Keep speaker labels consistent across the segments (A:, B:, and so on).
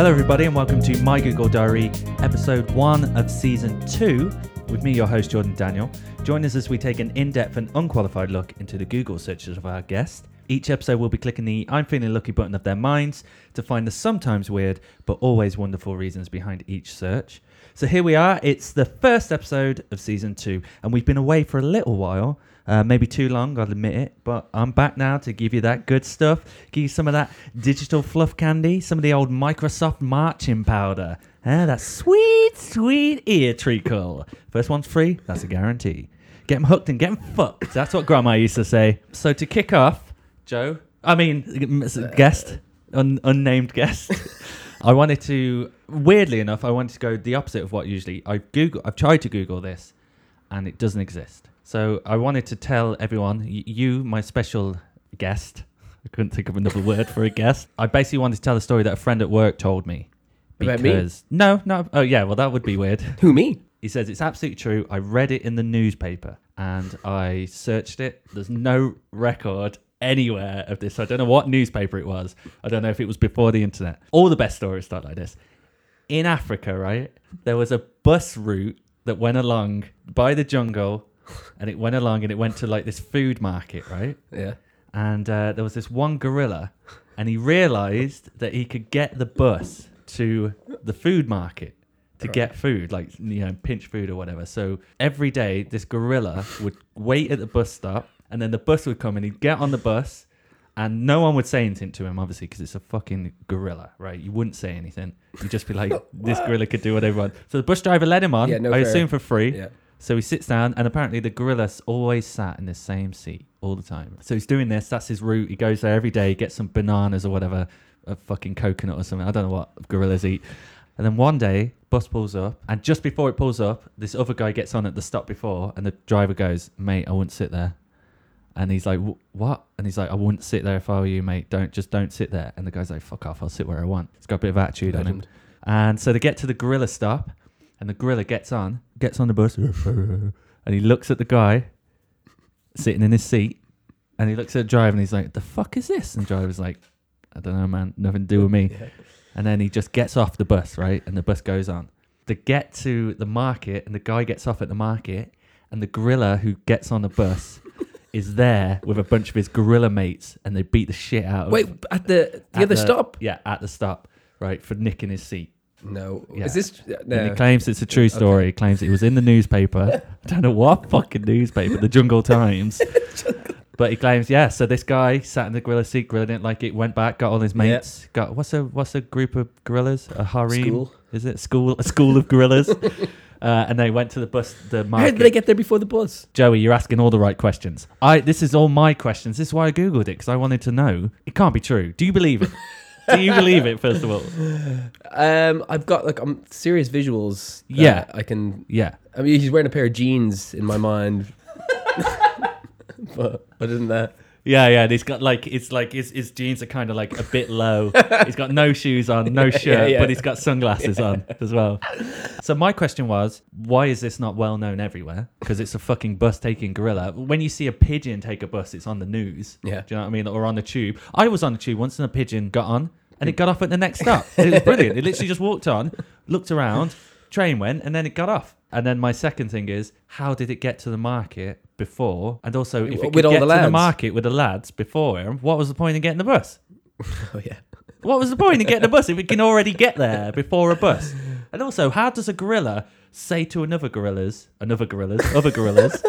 A: Hello, everybody, and welcome to My Google Diary, episode one of season two, with me, your host, Jordan Daniel. Join us as we take an in depth and unqualified look into the Google searches of our guest. Each episode, we'll be clicking the I'm feeling lucky button of their minds to find the sometimes weird, but always wonderful reasons behind each search. So here we are. It's the first episode of season two, and we've been away for a little while. Uh, maybe too long, I'll admit it, but I'm back now to give you that good stuff. Give you some of that digital fluff candy, some of the old Microsoft marching powder, eh, that sweet, sweet ear treacle. First one's free, that's a guarantee. Get 'em hooked and get 'em fucked. That's what grandma used to say. So to kick off, Joe, I mean,
B: Uh,
A: guest, un- unnamed guest. I wanted to, weirdly enough, I wanted to go the opposite of what usually I Google. I've tried to Google this, and it doesn't exist. So I wanted to tell everyone, y- you, my special guest. I couldn't think of another word for a guest. I basically wanted to tell a story that a friend at work told me.
B: About me?
A: no, no, oh yeah, well that would be weird.
B: Who me?
A: He says it's absolutely true. I read it in the newspaper and I searched it. There's no record anywhere of this. I don't know what newspaper it was. I don't know if it was before the internet. All the best stories start like this. In Africa, right? There was a bus route that went along by the jungle and it went along and it went to like this food market, right?
B: Yeah.
A: and uh, there was this one gorilla, and he realized that he could get the bus to the food market to get food, like you know, pinch food or whatever. So every day, this gorilla would wait at the bus stop, and then the bus would come, and he'd get on the bus, and no one would say anything to him, obviously, because it's a fucking gorilla, right? You wouldn't say anything. You'd just be like, "This gorilla could do whatever." he wants." So the bus driver let him on.
B: Yeah, no
A: I
B: fair.
A: assume for free.
B: Yeah.
A: So he sits down, and apparently the gorilla's always sat in the same seat all the time. So he's doing this. That's his route. He goes there every day, gets some bananas or whatever, a fucking coconut or something. I don't know what gorillas eat. And then one day, bus pulls up, and just before it pulls up, this other guy gets on at the stop before, and the driver goes, "Mate, I wouldn't sit there." And he's like, "Wh- "What?" And he's like, "I wouldn't sit there if I were you, mate. Don't just don't sit there." And the guy's like, "Fuck off! I'll sit where I want." It's got a bit of attitude on him.
B: Legend.
A: And so they get to the gorilla stop, and the gorilla gets on, gets on the bus, and he looks at the guy sitting in his seat, and he looks at the driver, and he's like, "The fuck is this?" And the driver's like, "I don't know, man. Nothing to do with me." And then he just gets off the bus, right? And the bus goes on. They get to the market, and the guy gets off at the market, and the gorilla who gets on the bus is there with a bunch of his gorilla mates, and they beat the shit out of
B: Wait, at the the
A: at
B: other stop?
A: Yeah, at the stop, right, for nicking his seat.
B: No.
A: Yeah.
B: Is this
A: And
B: no?
A: he claims it's a true story. He claims it was in the newspaper. I don't know what fucking newspaper, the Jungle Times. but he claims, yeah. So this guy sat in the gorilla seat, gorilla didn't like it, went back, got all his mates, got what's a what's a group of gorillas? A harem?
B: School.
A: Is it school? A school of gorillas? uh, and they went to the bus, the
B: How
A: market.
B: did they get there before the bus?
A: Joey, you're asking all the right questions. I this is all my questions. This is why I googled it because I wanted to know. It can't be true. Do you believe it? Do you believe it? First of all,
B: Um, I've got like um serious visuals. that
A: Yeah.
B: I can.
A: yeah.
B: I mean, he's wearing a pair of jeans in my mind. but but isn't that?
A: Yeah, yeah. And he's got like it's like his, his jeans are kind of like a bit low. he's got no shoes on, no shirt,
B: yeah.
A: but he's got sunglasses on as well. So my question was, why is this not well known everywhere? Because it's a fucking bus taking gorilla. When you see a pigeon take a bus, it's on the news.
B: Yeah.
A: Do you know what I mean? Or on the tube. I was on the tube once, and a pigeon got on,
B: Mm.
A: and it got off at the next stop. It was brilliant. it literally just walked on, looked around, train went, and then it got off. And then my second thing is, how did it get to the market before? And also, if it
B: With
A: could
B: all
A: get
B: the
A: to the
B: lads.
A: market with the lads before him, what was the point in getting the bus?
B: Oh yeah.
A: What was the point in getting a bus if it can already get there before a bus? And also, how does a gorilla say to another gorillas, another gorillas, other gorillas,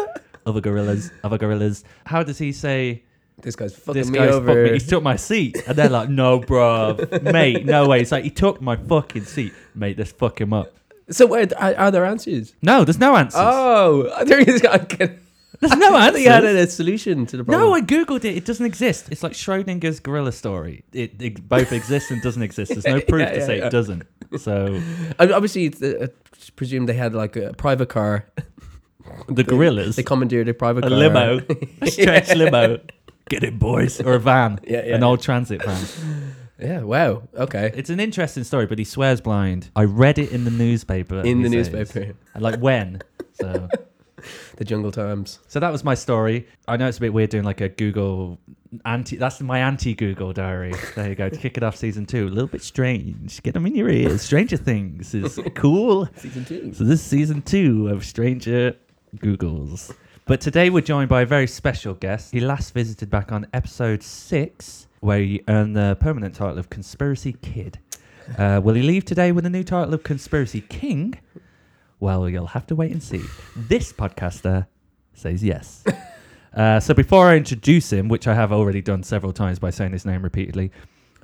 A: other gorillas, other gorillas? How does he say
B: This guy's fucking
A: this
B: me
A: guy's fucked
B: over.
A: me? He took my seat, and they're like, "No, bruv, mate, no way." It's like he took my fucking seat, mate. Let's fuck him up.
B: so wait, are, are there answers?
A: No, there's no answers.
B: Oh, there is. I can.
A: there's no
B: I
A: answers.
B: think I had a solution to the problem.
A: No, I googled it. It doesn't exist. It's like Schrodinger's gorilla story. It, it both exists and doesn't exist. There's no proof
B: yeah,
A: to say
B: yeah.
A: it doesn't. So
B: I mean, obviously, it's, uh, I presume they had like a private car.
A: the gorillas,
B: They commandeered a private
A: a
B: car.
A: limo, a stretch limo. Get it, boys, or a van,
B: Yeah, yeah.
A: an old transit van.
B: Yeah. Wow. Okay.
A: It's an interesting story, but he swears blind. I read it in the newspaper.
B: In
A: he
B: the
A: says.
B: newspaper.
A: And, like when? So
B: the jungle times.
A: So that was my story. I know it's a bit weird doing like a Google anti. That's my anti-Google diary. There you go. to kick it off season two, a little bit strange. Get them in your ears. Stranger Things is cool.
B: Season two.
A: So this is season two of Stranger Googles. But today we're joined by a very special guest. He last visited back on episode six, where he earned the permanent title of Conspiracy Kid. Uh, will he leave today with a new title of Conspiracy King? Well, you'll have to wait and see. This podcaster says yes. Uh, so before I introduce him, which I have already done several times by saying his name repeatedly,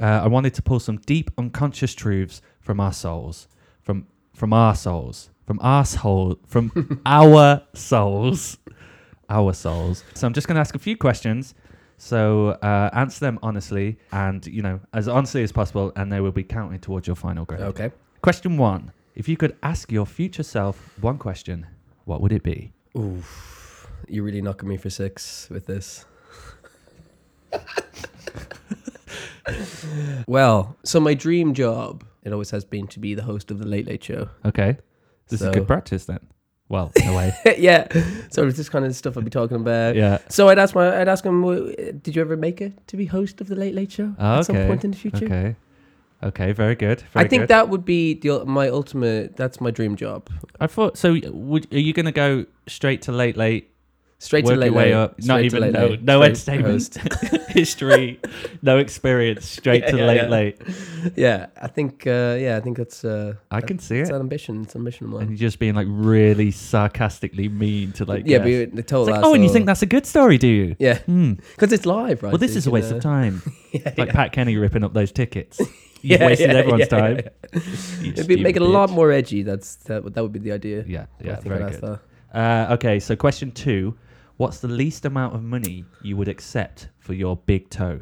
A: uh, I wanted to pull some deep unconscious truths from our souls, from from our souls, from our soul, from our souls, our souls. So I'm just going to ask a few questions. So uh, answer them honestly, and you know as honestly as possible, and they will be counted towards your final grade.
B: Okay.
A: Question one: If you could ask your future self one question, what would it be?
B: Oof. You're really knocking me for six with this. well, so my dream job, it always has been to be the host of the Late Late Show.
A: Okay. This is
B: So-
A: good practice then. Well, in a way.
B: yeah. So it's this kind of stuff I'd be talking about.
A: yeah.
B: So I'd ask my, I'd ask him, "W- did you ever make it to be host of the Late Late Show
A: Ah,
B: at some
A: okay.
B: point in the future?
A: Okay. Okay. Very good. Very
B: I think
A: good.
B: that would be the, ul- my ultimate. That's my dream job.
A: I thought so. Would are you going to go straight to late late?
B: Straight
A: work
B: to late
A: your way
B: late,
A: up. Not
B: straight to
A: even
B: late
A: no
B: late,
A: no
B: straight
A: entertainment history, no experience. Straight
B: Yeah,
A: to
B: yeah,
A: late
B: yeah.
A: late.
B: host. yeah, I think. Uh, yeah, I think that's. Uh,
A: I can see
B: It's
A: it.
B: an ambition. It's an ambition of
A: And
B: mine.
A: you're just being like really sarcastically mean to like.
B: yeah,
A: guests.
B: but you're the total
A: It's like, oh, and you
B: asshole.
A: think that's a good story, do you?
B: Yeah,
A: Hmm.
B: because it's live,
A: Well,
B: right? so
A: this
B: you
A: is a
B: can,
A: waste
B: uh,
A: of time.
B: Yeah,
A: Like
B: yeah.
A: Pat Kenny ripping up those tickets. You've
B: Yeah,
A: wasted
B: yeah,
A: everyone's
B: yeah,
A: time.
B: yeah.
A: You
B: It'd be
A: stupid
B: make it a lot
A: bitch.
B: more edgy. That's that. would- That would be the idea.
A: Yeah,
B: I
A: yeah,
B: think I'd
A: very
B: ask
A: good.
B: that.
A: Uh, okay, so question two: What's the least amount of money you would accept for your big toe?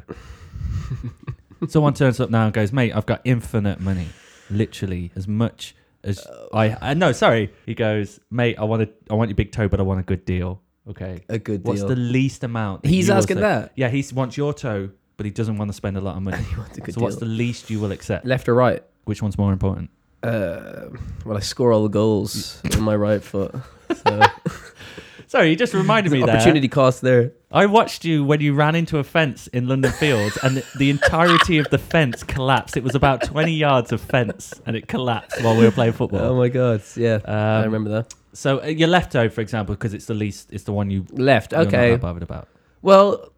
A: Someone turns up now and goes, "Mate, I've got infinite money, literally as much as I." Uh, no, sorry. He goes, "Mate, I want a, I want your big toe, but I want a good deal." Okay,
B: A good
A: what's
B: deal.
A: the least amount? that
B: He's
A: you will
B: asking
A: say-
B: that.
A: Yeah, he s- wants your toe, but he doesn't want to spend a lot of money.
B: He wants a good
A: so, what's the
B: deal.
A: least you will accept?
B: left or right?
A: Which one's more important?
B: Uh, well, I score all the goals with my right foot. So
A: Sorry, you just reminded me. there.
B: opportunity cost there.
A: I watched you when you ran into a fence in London Fields and the, the entirety of the fence collapsed. It was about 20 yards of fence and it collapsed while we were playing
B: Oh
A: football.
B: my god! Yeah, I
A: Um,
B: remember that.
A: So uh, your left toe, for example, because it's the least, it's the one you,
B: Left.
A: you're
B: Okay.
A: not that bothered about.
B: Well,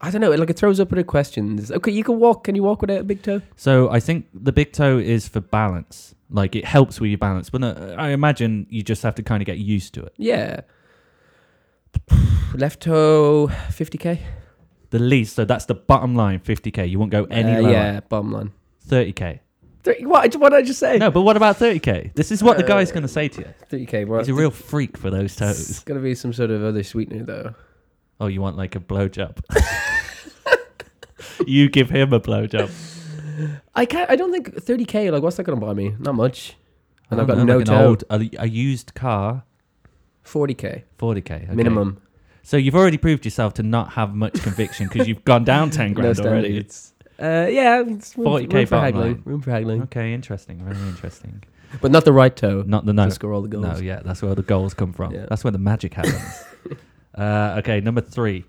B: I don't know. Like it throws up other questions. Okay, you can walk. Can you walk without a big toe?
A: So I think the big toe is for balance. Like it helps with your balance, but no, I imagine you just have to kind of get used to it.
B: Yeah. Left toe, fifty k.
A: The least, so that's the bottom line, 50k. You won't go any lower.
B: Uh, Yeah, bottom line.
A: 30k.
B: Thirty. What? What did I just say?
A: No, but what about 30k? This is what
B: Uh,
A: the guy's going to say to you.
B: Thirty k.
A: He's a real freak for those toes.
B: It's gonna be some sort of other sweetener though.
A: Oh, you want like a blowjob? you give him a blowjob.
B: I can't. I don't think thirty k. Like, what's that gonna buy me? Not much. And I've
A: I don't
B: got
A: know,
B: no
A: Oh, like an
B: toe.
A: old- a, a used car,
B: Forty k
A: 40k okay.
B: minimum.
A: So you've already proved yourself to not have much conviction because you've gone down 10
B: No
A: grand already.
B: standards. Uh, yeah, it's room-
A: 40K
B: room for
A: bottom
B: haggling.
A: line.
B: Room for haggling,
A: Okay, interesting. Very interesting.
B: but not the right toe.
A: Not the no.
B: To score all the goals.
A: No, yeah, that's where the goals come from.
B: Yeah.
A: That's where the magic happens. uh, okay, number three.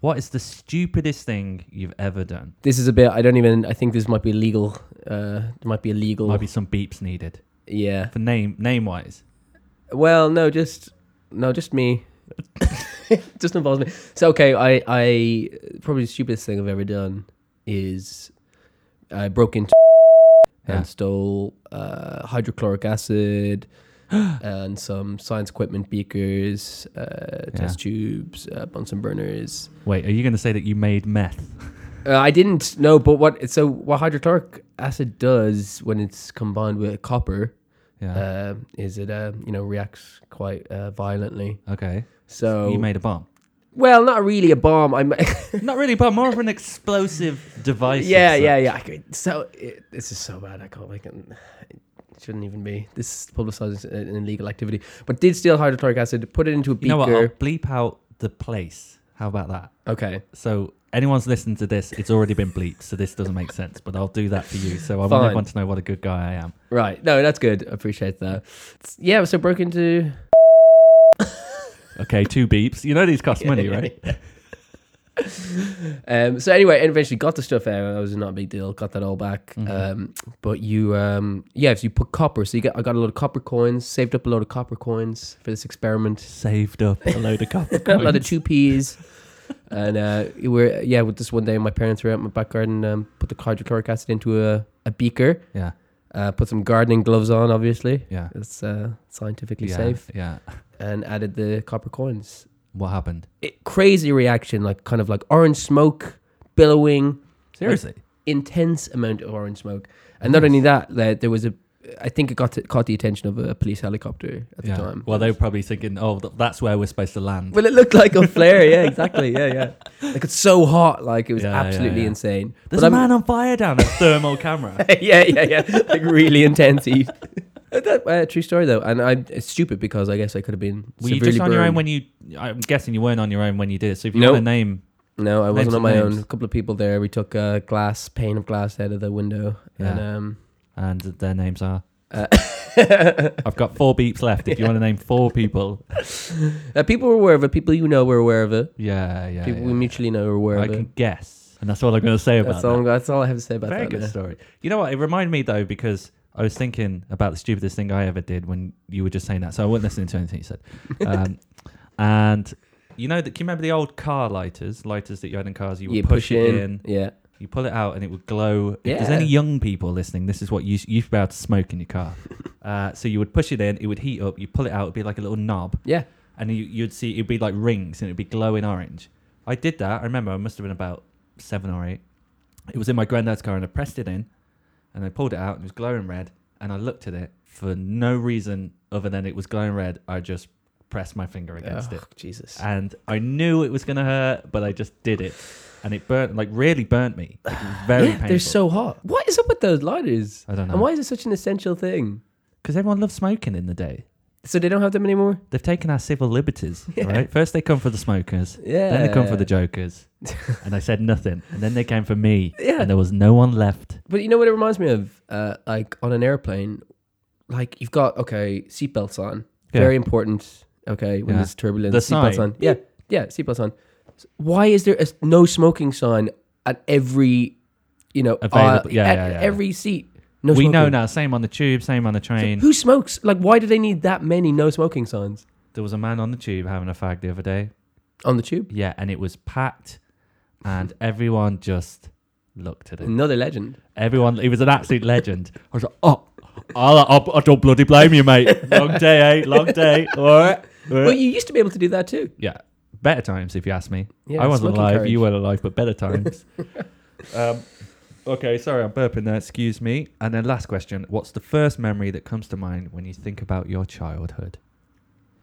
A: What is the stupidest thing you've ever done?
B: This is a bit. I don't even. I think this might be illegal. Uh, it might be illegal.
A: Might be some beeps needed
B: Yeah.
A: for name name wise.
B: Well, no, just no, just me. just involves me. So okay, I I probably the stupidest thing I've ever done is I broke into
A: Yeah.
B: and stole uh, hydrochloric acid and some science equipment beakers, uh, test tubes, uh, Bunsen burners.
A: Wait, are you going to say that you made meth?
B: Uh, I didn't know, but what? So what hydrochloric acid does when it's combined with copper
A: Yeah.
B: uh, is it uh, you know reacts quite uh, violently.
A: okay.
B: So
A: You made a bomb.
B: well, not really a bomb. I'm
A: Not really, but more of an explosive device.
B: yeah,
A: as
B: yeah,
A: such.
B: yeah. I could, so it, this is so bad. I can't. I can, it shouldn't even be. This publicizes an illegal activity. But did steal hydrochloric acid, put it into a beaker.
A: You know what? I'll bleep out the place. How about that?
B: okay,
A: So anyone's listening to this, it's already been bleeped, so this doesn't make sense. But I'll do that for you. So I want
B: Fine.
A: everyone to know what a good guy I am.
B: right. No, that's good. I appreciate that. It's- yeah, so broke into.
A: Okay, two beeps. You know these cost money, right?
B: Um, so anyway, and eventually got the stuff out. It was not a big deal. Got that all back.
A: Mm-hmm.
B: Um, but you, um, yeah, so you put copper. So you got, I got a lot of copper coins. Saved up a lot of copper coins for this experiment.
A: Saved up a load of copper
B: a lot of
A: coins.
B: two peas. and uh, we were yeah, with this one day, my parents were out in my back garden. Um, put the hydrochloric acid into a, a beaker.
A: Yeah,
B: Uh, put some gardening gloves on, obviously.
A: yeah.
B: It's uh, scientifically
A: yeah,
B: safe.
A: Yeah.
B: And added the copper coins.
A: What happened?
B: It, crazy reaction, like kind of like orange smoke billowing.
A: Seriously?
B: intense amount of orange smoke. And not only that, like, there was a, I think it got to, caught the attention of a police helicopter at
A: yeah.
B: the time.
A: Well, they were probably thinking, oh, th- that's where we're supposed to land.
B: Well, it looked like a flare. Yeah, exactly. Yeah, yeah. Like it's so hot. Like it was
A: Yeah, yeah,
B: absolutely
A: yeah.
B: insane.
A: There's
B: But
A: a
B: I'm-
A: man on fire down a thermal camera.
B: yeah, yeah, yeah. Like really intense heat. That, uh, true story though, and I'm it's stupid because I guess I could have been.
A: Were you just on your own when you? I'm guessing you weren't on your own when you did it. So if you
B: No.
A: want to name,
B: No, I
A: Names
B: wasn't on
A: and
B: my
A: names.
B: own. A couple of people there. We took a glass pane of glass out of the window, and
A: Yeah.
B: um,
A: and their names are.
B: Uh,
A: I've got four beeps left. If you want to name four people,
B: uh, people were aware of it. People you know were aware of it.
A: yeah, yeah.
B: people
A: yeah.
B: we mutually know were aware
A: I
B: of it.
A: can guess, and that's all I'm going to say about
B: That's
A: that.
B: all, that's all I have to say about
A: Very
B: that.
A: good
B: now.
A: story. You know what? It reminded me though because I was thinking about the stupidest thing I ever did when you were just saying that. So I wasn't listening to anything you said. Um, and you know that? Can you remember the old car lighters, lighters that you had in cars? You would
B: You
A: push, it in,
B: Yeah.
A: you pull it out, and it would glow. If there's
B: Yeah.
A: any young people listening, this is what you you should be able to smoke in your car. uh, so you would push it in, it would heat up. You pull it out, it'd be like a little knob,
B: Yeah.
A: and you, you'd see it'd be like rings, and it'd be glowing orange. I did that. I remember I must have been about seven or eight. It was in my granddad's car, and I pressed it in, and I pulled it out, and it was glowing red. And I looked at it for no reason other than it was glowing red. I just pressed my finger against
B: Oh,
A: it,
B: Jesus.
A: and I knew it was gonna hurt, but I just did it, and it burnt like really burnt me. It was very
B: yeah,
A: painful.
B: they're so hot. What is up with those lighters?
A: I don't know.
B: And why is it such an essential thing?
A: because everyone loves smoking in the day.
B: So they don't have them anymore?
A: They've taken our civil liberties, right? First they come for the smokers,
B: Yeah.
A: then they come for the jokers, and I said nothing, and then they came for me,
B: Yeah.
A: and there was no one left.
B: But you know what it reminds me of? Uh, like on an airplane, like you've got, okay, seatbelts on.
A: Yeah.
B: Very important. Okay, when
A: Yeah.
B: there's turbulence,
A: The
B: seatbelts
A: sign.
B: on. Yeah, yeah, seatbelts on. S- Why is there a s- no smoking sign at every, you know, uh,
A: Available- yeah,
B: at
A: yeah, yeah.
B: every seat? No
A: we know
B: smoking.
A: now. Same on the tube, same on the train.
B: Who smokes? Like, why do they need that many no smoking signs
A: there was a man on the tube having a fag the other day.
B: on the tube?
A: Yeah, and it was packed, and everyone just looked at it.
B: Another legend.
A: Everyone, he was an absolute legend. I was like, oh, I'll, I'll, I don't bloody blame you, mate. Long day, eh? Long day. All right. All
B: Well,
A: right.
B: you used to be able to do that too.
A: Yeah, better times if you ask me.
B: Yeah,
A: I wasn't
B: smoking
A: alive.
B: courage.
A: You weren't alive, but better times. um, okay, sorry, I'm burping there. Excuse me. And then last question: What's the first memory that comes to mind when you think about your childhood?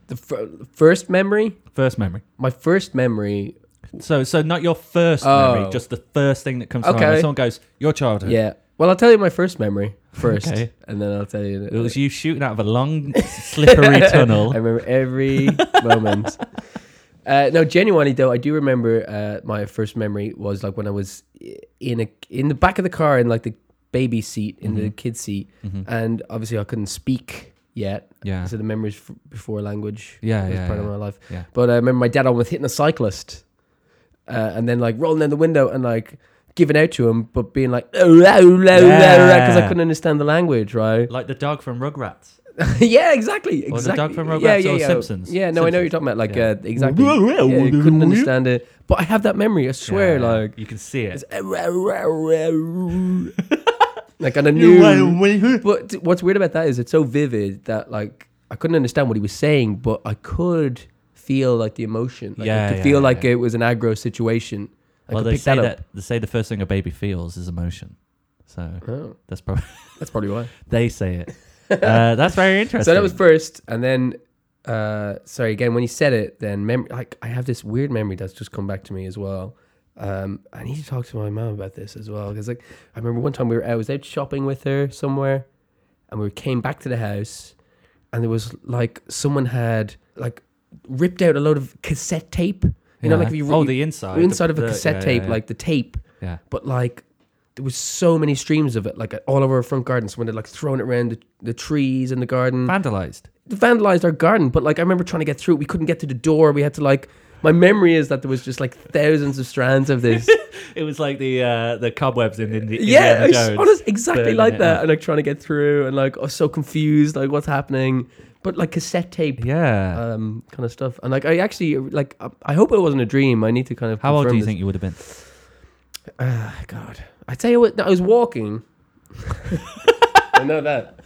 B: The fir- first memory,
A: First memory.
B: my first memory.
A: So, so not your first memory,
B: Oh.
A: just the first thing that comes to mind. When
B: Okay.
A: someone goes, "Your childhood."
B: Yeah. Well, I'll tell you my first memory first,
A: Okay.
B: and then I'll tell you.
A: It was you shooting out of a long, slippery tunnel.
B: I remember every moment. Uh, no, genuinely though, I do remember uh, my first memory was like when I was i- in a in the back of the car in like the baby seat in
A: Mm-hmm.
B: the kid seat, and obviously I couldn't speak yet.
A: Yeah.
B: So the memories f- before language.
A: Ah. Yeah,
B: was
A: yeah,
B: part of
A: yeah.
B: my life.
A: Yeah.
B: But I remember my dad almost hitting a cyclist, uh, and then like rolling down the window and like giving out to him, but being like "Oh, because
A: Yeah.
B: I couldn't understand the language, right?
A: Like the dog from Rugrats.
B: yeah, exactly.
A: Or
B: Exactly.
A: the dog from Rugrats
B: yeah, yeah,
A: or
B: yeah.
A: Simpsons.
B: Yeah, no, I know what you're talking about. Like,
A: Yeah.
B: uh, exactly. yeah, you couldn't understand it. But I have that memory, I swear.
A: Yeah,
B: Like,
A: you can see it.
B: like, and I knew. But what's weird about that is it's so vivid that, like, I couldn't understand what he was saying, but I could feel, like, the emotion. Like,
A: Yeah,
B: I could
A: yeah,
B: feel
A: yeah,
B: like
A: yeah.
B: it was an aggro situation. I
A: well,
B: could
A: they
B: pick
A: say
B: that
A: that,
B: up.
A: they say the first thing a baby feels is emotion. So
B: Oh,
A: that's probably
B: that's probably why.
A: they say it. Uh, that's very interesting.
B: So that was first, and then uh, sorry again when you said it. Then mem- like I have this weird memory that's just come back to me as well. Um, I need to talk to my mom about this as well because like I remember one time we were I was out shopping with her somewhere, and we came back to the house, and there was like someone had like ripped out a load of cassette tape. You know, like if you
A: oh
B: you-
A: the inside,
B: the inside of a
A: the-
B: cassette
A: yeah, yeah,
B: tape,
A: yeah.
B: like the tape,
A: yeah,
B: but like there was so many streams of it, like all over our front garden. Someone had like thrown it around the, the trees in the garden
A: vandalized.
B: vandalized our garden, but like I remember trying to get through. it. We couldn't get to the door. We had to like. My memory is that there was just like thousands of strands of this.
A: It was like the uh, the cobwebs in, in the Indiana
B: yeah, it's
A: Jones.
B: honest, exactly
A: burning
B: like
A: it
B: that.
A: up.
B: And like trying to get through, and like I was so confused, like what's happening. But like cassette tape,
A: Yeah.
B: um, kind of stuff. And like I actually like I- I hope it wasn't a dream. I need to kind of.
A: How old do
B: confirm
A: you
B: this.
A: think you would have been?
B: Ah, God. I tell you what, I was walking. I know that.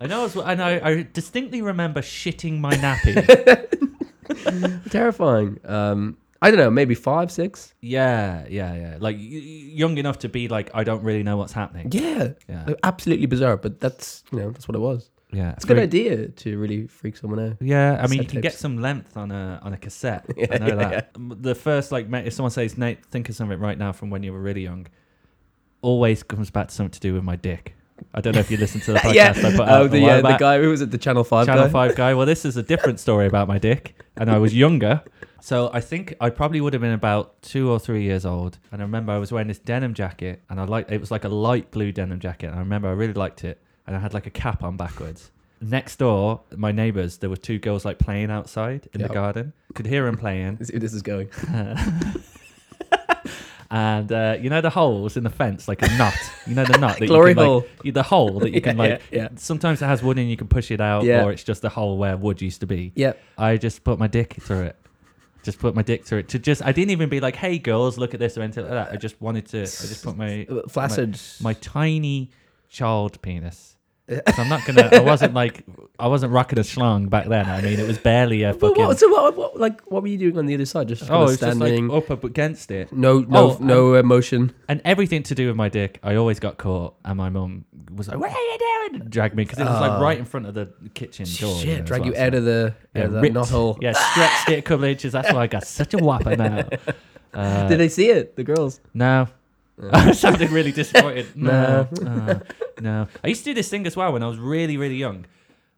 A: I know, I, was, I know. I distinctly remember shitting my nappy.
B: Terrifying. Um, I don't know, maybe five, six.
A: yeah, yeah, yeah. Like y- y- young enough to be like, I don't really know what's happening.
B: Yeah.
A: Yeah,
B: Like, Absolutely bizarre, but that's, you know, that's what it was.
A: yeah.
B: It's a good
A: Very-
B: idea to really freak someone out.
A: Yeah, I mean, you
B: Cassette
A: can get
B: tapes.
A: some length on a on a cassette. I know that. M- The first, like, ma- if someone says, "Nate, think of something right now from when you were really young," always comes back to something to do with my dick. I don't know if you listen to the podcast I put out
B: Oh,
A: a
B: the,
A: while
B: uh, the
A: back.
B: guy who was at the Channel 5
A: Channel
B: guy.
A: Five guy. Well, this is a different story about my dick, and I was younger, so I think I probably would have been about two or three years old. And I remember I was wearing this denim jacket, and I like it was like a light blue denim jacket, and I remember I really liked it, and I had like a cap on backwards. Next door, my neighbors, there were two girls like playing outside in
B: Yep.
A: the garden. Could hear them playing,
B: Let's see where this is going.
A: and uh, you know the holes in the fence, like a nut. You know the nut, that you
B: Glory
A: can, like-
B: hole.
A: you- the hole that you can
B: Yeah,
A: like.
B: yeah, yeah.
A: Sometimes it has wood and you can push it out,
B: Yeah.
A: or it's just a hole where wood used to be.
B: Yeah.
A: I just put my dick through it. Just put my dick through it to just. I didn't even be like, "Hey girls, look at this" or anything like that. I just wanted to. I just put my
B: Uh, Flaccid.
A: my tiny child penis. So I'm not gonna. I wasn't like. I wasn't rocking a schlong back then. I mean, it was barely a
B: But
A: fucking.
B: what, so what, what, like, what were you doing on the other side? Just kind
A: oh,
B: of
A: it's just like
B: standing.
A: up up against it,
B: no, no,
A: Oh,
B: no emotion.
A: and everything to do with my dick. I always got caught, and my mum was like, "What are you doing?" And dragged me because it was like
B: Oh.
A: right in front of the kitchen door.
B: Shit,
A: you know, as
B: drag
A: well,
B: you
A: so-
B: out of the out
A: Yeah,
B: of that
A: ripped-
B: knothole.
A: Yeah, stretched it a couple of inches. That's why I got such a whopper now. Uh,
B: Did they see it? The girls.
A: No. I sounded really disappointed. No. uh, no. I used to do this thing as well when I was really, really young.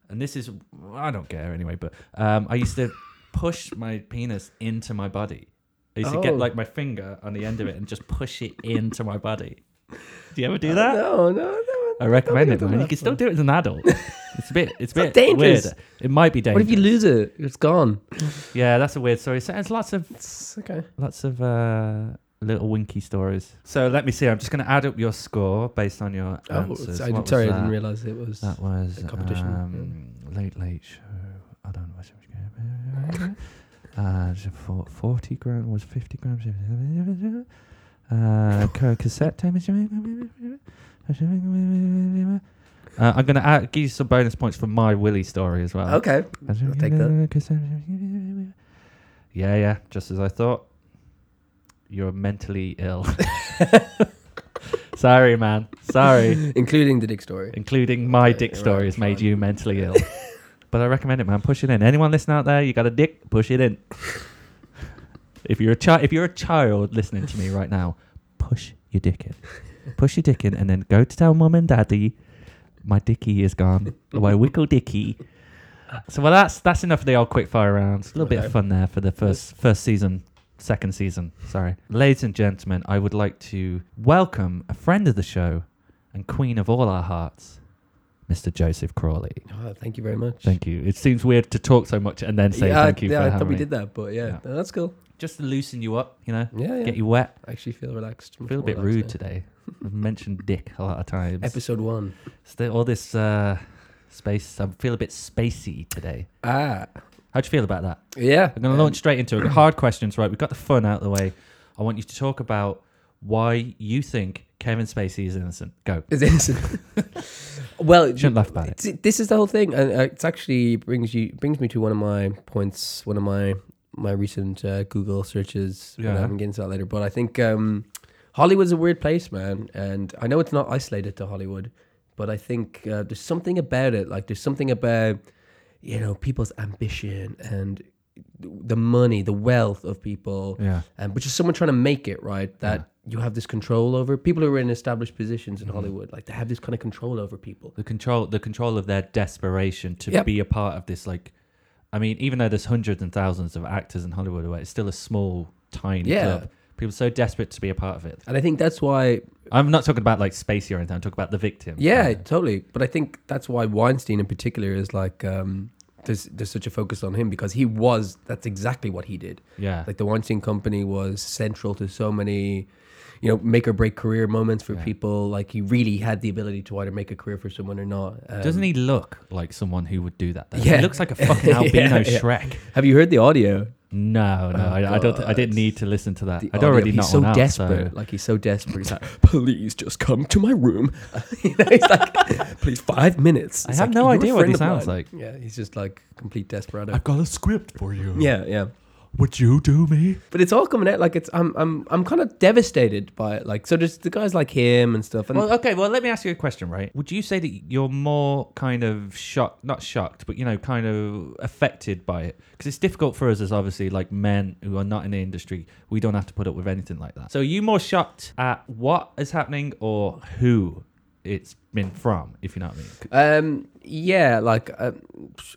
A: And this is, I don't care anyway, but um, I used to push my penis into my body. I used to
B: Oh.
A: get like my finger on the end of it and just push it into my body. Do you ever do that?
B: Uh, No, no, no.
A: I recommend it,
B: don't
A: man. You
B: have
A: can still do it as an adult. It's a bit, it's a bit
B: not dangerous.
A: weird. It might be
B: What
A: dangerous.
B: if you lose it? It's gone.
A: yeah, that's a weird story. So it's lots of
B: It's okay.
A: Lots of uh, little winky stories. So let me see. I'm just going to add up your score based on your
B: Oh,
A: answers.
B: it's- I,
A: What was
B: sorry, I
A: that?
B: didn't realize it was.
A: That was
B: a competition,
A: Um, Late Late Show. I don't know what it was. Uh, so for- 40 grams was 50 grams. Uh, ca- cassette tape. Uh, I'm going to give you some bonus points for my Willy story as well.
B: Okay.
A: I'll
B: take that.
A: Yeah, yeah, just as I thought. You're mentally ill. Sorry, man. Sorry.
B: Including the dick story.
A: Including my
B: Okay,
A: dick
B: right,
A: story has made
B: fine.
A: you mentally ill. but I recommend it, man. Push it in. Anyone listening out there, you got a dick, push it in. if you're a child if you're a child listening to me right now, push your dick in. Push your dick in and then go to tell mum and daddy my dicky is gone. my wickle dicky. So well that's that's enough of the old quick fire rounds. A little bit of
B: Okay.
A: fun there for the first first season. Second season, sorry. Ladies and gentlemen, I would like to welcome a friend of the show and queen of all our hearts, Mr. Joseph Crawley.
B: Oh, thank you very much.
A: Thank you. It seems weird to talk so much and then say
B: yeah,
A: thank you
B: yeah,
A: for
B: I
A: having
B: probably
A: me.
B: did that, but yeah,
A: Yeah.
B: No, that's cool.
A: Just to loosen you up, you know,
B: Yeah, yeah.
A: get you wet.
B: I actually feel relaxed.
A: I
B: much
A: feel a
B: more
A: bit
B: relaxed
A: rude
B: now.
A: today. I've mentioned dick a lot of times.
B: Episode one.
A: Still, all this uh, space. I feel a bit spacey today.
B: Ah,
A: How do you feel about that?
B: yeah.
A: I'm going to launch straight into it. Hard questions, right? We've got the fun out of the way. I want you to talk about why you think Kevin Spacey is innocent. Go.
B: Is innocent. well,
A: Shouldn't laugh about it.
B: it's- this is the whole thing, and uh, it's actually brings you brings me to one of my points, one of my my recent uh, Google searches. Yeah,
A: Yeah.
B: I'm getting to that later, but I think um, Hollywood's a weird place, man, and I know it's not isolated to Hollywood, but I think uh, there's something about it. Like there's something about you know people's ambition and the money, the wealth of people
A: Yeah.
B: um, which is someone trying to make it right that you have this control over people who are in established positions
A: Mm-hmm.
B: in hollywood like they have this kind of control over people
A: the control the control of their desperation to
B: Yep.
A: be a part of this like i mean even though there's hundreds and thousands of actors in hollywood or whatever, it's still a small tiny
B: Yeah.
A: club people are so desperate to be a part of it
B: and i think that's why
A: i'm not talking about like spacey or anything i'm talking about the victim
B: yeah totally but i think that's why weinstein in particular is like um there's there's such a focus on him because he was that's exactly what he did.
A: Yeah.
B: Like the Weinstein Company was central to so many, you know, make or break career moments for people. Like he really had the ability to either make a career for someone or not. Um,
A: Doesn't he look like someone who would do that? Though?
B: Yeah.
A: He looks like a fucking albino
B: Yeah, yeah.
A: Shrek.
B: Um, Have you heard the audio?
A: No, no,
B: Oh,
A: I, I don't. I
B: God.
A: didn't need to listen to that.
B: The
A: I'd
B: audio.
A: already
B: he's
A: not
B: so
A: one out,
B: desperate. Like he's so desperate. He's like, please just come to my room. You know, he's like, please five minutes.
A: I
B: It's
A: have
B: like,
A: no
B: "You're a
A: idea what
B: friend
A: he
B: of
A: sounds
B: mine."
A: like.
B: Yeah, he's just like complete desperado.
C: I've got a script for you.
B: yeah, yeah.
C: Would you do me?
B: But it's all coming out like it's I'm I'm I'm kind of devastated by it. Like so there's the guys like him and stuff and
A: Well, okay. Well, let me ask you a question, right? Would you say that you're more kind of shocked, not shocked, but you know, kind of affected by it? Because it's difficult for us as obviously like men who are not in the industry. We don't have to put up with anything like that. So, are you more shocked at what is happening or who it's been from? If you know what I mean?
B: um yeah, like uh,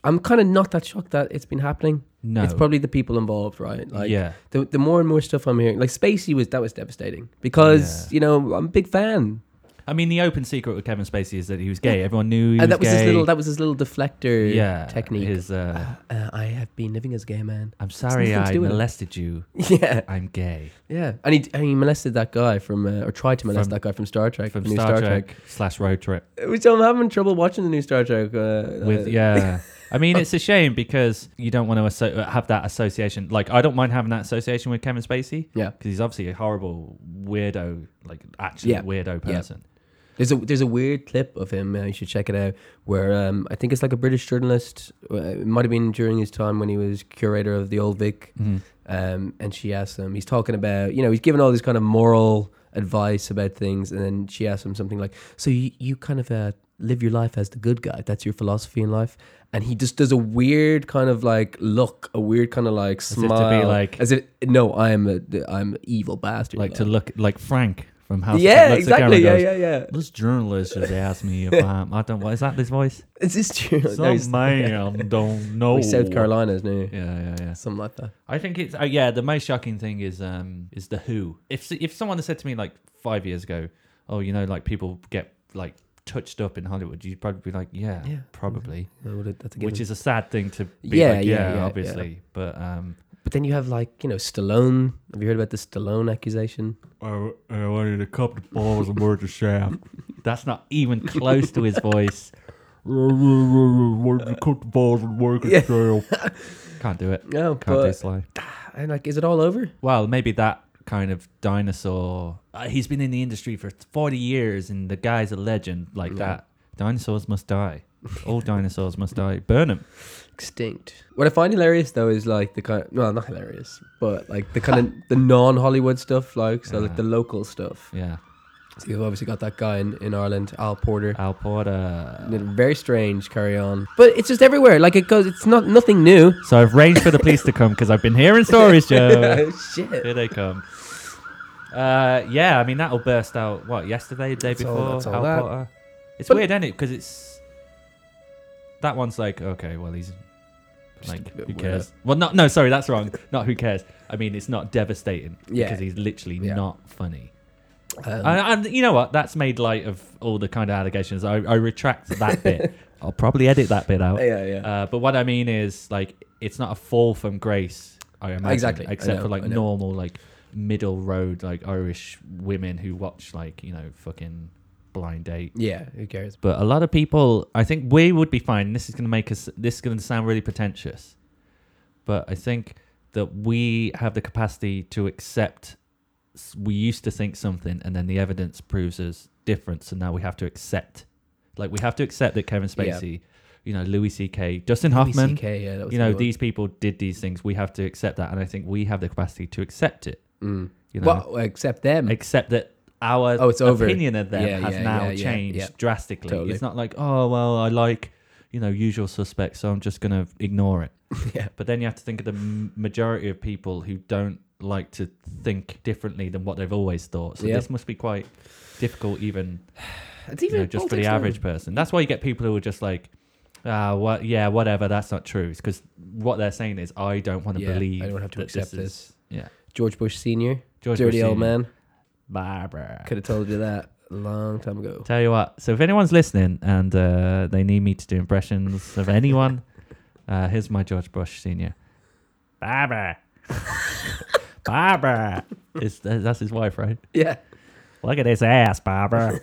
B: I'm kind of not that shocked that it's been happening.
A: No.
B: It's probably the people involved, right? Like
A: yeah.
B: the the more and more stuff I'm hearing, like Spacey was that was devastating because
A: Yeah.
B: you know I'm a big fan.
A: I mean, the open secret with Kevin Spacey is that he was gay. Everyone knew he was
B: and that was
A: gay.
B: his little that was his little deflector
A: yeah
B: technique.
A: His uh,
B: uh, I have been living as a gay man.
A: I'm sorry
B: nothing to
A: I
B: do with it.
A: molested you.
B: Yeah,
A: I'm gay.
B: yeah, and he and he molested that guy from uh, or tried to molest
A: From-
B: that guy from Star Trek
A: From
B: the new
A: Star, Trek, slash road trip
B: Which I'm having trouble watching the new Star Trek. Uh,
A: with
B: uh,
A: yeah. I mean, it's a shame because you don't want to asso- uh, have that association. Like, I don't mind having that association with Kevin Spacey
B: yeah.
A: because he's obviously a horrible weirdo, like actually
B: Yeah.
A: weirdo
B: Yeah.
A: person.
B: There's a there's a weird clip of him. Uh, you should check it out. Where um, I think it's like a British journalist. Uh, it might have been during his time when he was curator of the Old Vic.
A: Mm-hmm.
B: Um, and she asks him. He's talking about you know he's giving all this kind of moral advice about things, and then she asks him something like, "So you you kind of uh, live your life as the good guy? That's your philosophy in life?" And he just does a weird kind of like look, a weird kind of like
A: if to be
B: smile,
A: like-
B: as if no, I'm a I'm an evil bastard.
A: Like to look like Frank from House. of
B: yeah,
A: Cards looks at camera
B: exactly,
A: and
B: yeah,
A: goes,
B: yeah, yeah.
A: This journalist just asked me if I'm. I don't. Is that this voice?
B: Is this true? No, he's-
A: Some man don't know.
B: like South Carolina's new.
A: Yeah, yeah, yeah.
B: Something like that.
A: I think it's uh, yeah. The most shocking thing is um is the who. If if someone had said to me like five years ago, oh, you know, like people get like touched up in Hollywood, you'd probably be like, yeah,
B: Yeah.
A: probably,
B: That's a
A: which is a sad thing to be
B: Yeah,
A: like,
B: yeah,
A: yeah,
B: yeah, yeah.
A: obviously, but um,
B: but then you have like you know Stallone. Have you heard about the Stallone accusation?
C: I, I wanted a cup of balls and worth a shaft.
A: that's not even close to his voice.
C: Worth a cup of balls and worth a
B: Yeah.
C: shaft.
A: Can't do it.
B: No,
A: Can't do
B: but
A: Sly.
B: and like, is it all over?
A: Well, maybe that kind of dinosaur. Uh, he's been in the industry for forty years, and the guy's a legend like
B: Yeah.
A: that. Dinosaurs must die. All dinosaurs must die. Burn them.
B: Extinct. What I find hilarious though is like the kind. well, not hilarious, but like the kind of the non-Hollywood stuff. Like so, like
A: Yeah.
B: the local stuff.
A: Yeah.
B: So you've obviously got that guy in, in Ireland, Al Porter.
A: Al Porter.
B: Very strange. Carry on, but it's just everywhere. Like it goes. It's not nothing new.
A: So I've arranged for the police to come because I've been hearing stories, Joe.
B: Shit.
A: Here they come. Uh, yeah, I mean that'll burst out. What yesterday, the day
B: That's all-
A: before,
B: that's all
A: Al
B: that.
A: Porter. It's
B: But-
A: weird, isn't it? Because it's that one's like, okay, well he's
B: Just
A: like,
B: a bit
A: who
B: weird.
A: cares? Well, not no, sorry, that's wrong. Not who cares. I mean, it's not devastating
B: Yeah.
A: because he's literally
B: Yeah.
A: not funny.
B: Um,
A: and, and you know what? That's made light of all the kind of allegations. I, I retract that bit. I'll probably edit that bit out.
B: yeah, yeah.
A: Uh, but what I mean is, like, it's not a fall from grace. I imagine,
B: Exactly. I
A: Except
B: know,
A: for like
B: I know.
A: normal, like middle road, like Irish women who watch like you know fucking blind date.
B: yeah. Who cares?
A: But a lot of people, I think we would be fine. This is going to make us. This is going to sound really pretentious, but I think that we have the capacity to accept. s- We used to think something, and then the evidence proves us different. So now we have to accept. Like we have to accept that Kevin
B: Yeah.
A: Spacey, you know, Louis C.K., Justin Hoffman,
B: BCK, yeah, that was
A: you know,
B: the one.
A: these people did these things. We have to accept that, and I think we have the capacity to accept it.
B: Mm.
A: You know,
B: Well, except them.
A: accept that our
B: Mm. Oh, it's over.
A: opinion of them
B: Yeah,
A: has
B: yeah,
A: now
B: yeah, yeah,
A: changed
B: yeah.
A: drastically.
B: Totally.
A: It's not like, oh well, I like you know usual suspects, so I'm just gonna ignore it.
B: Yeah.
A: But then you have to think of the m- majority of people who don't like to think differently than what they've always thought. So
B: Yeah.
A: this must be quite difficult, even,
B: It's
A: you know, just for the
B: politics, man.
A: average person. That's why you get people who are just like. Ah, what? Yeah, whatever. That's not true. It's because what they're saying is, I don't want to
B: Yeah, I
A: believe.
B: don't have to
A: that
B: accept
A: Is, yeah,
B: George Bush Senior,
A: George
B: dirty
A: Bush
B: old
A: Senior.
B: man,
A: Barbara.
B: could have told you that a long time ago.
A: Tell you what. So if anyone's listening and uh, they need me to do impressions of anyone, Uh, here's my George Bush Senior. Barbara. Barbara. It's, uh, that's his wife, right?
B: Yeah.
A: Look at his ass, Barbara.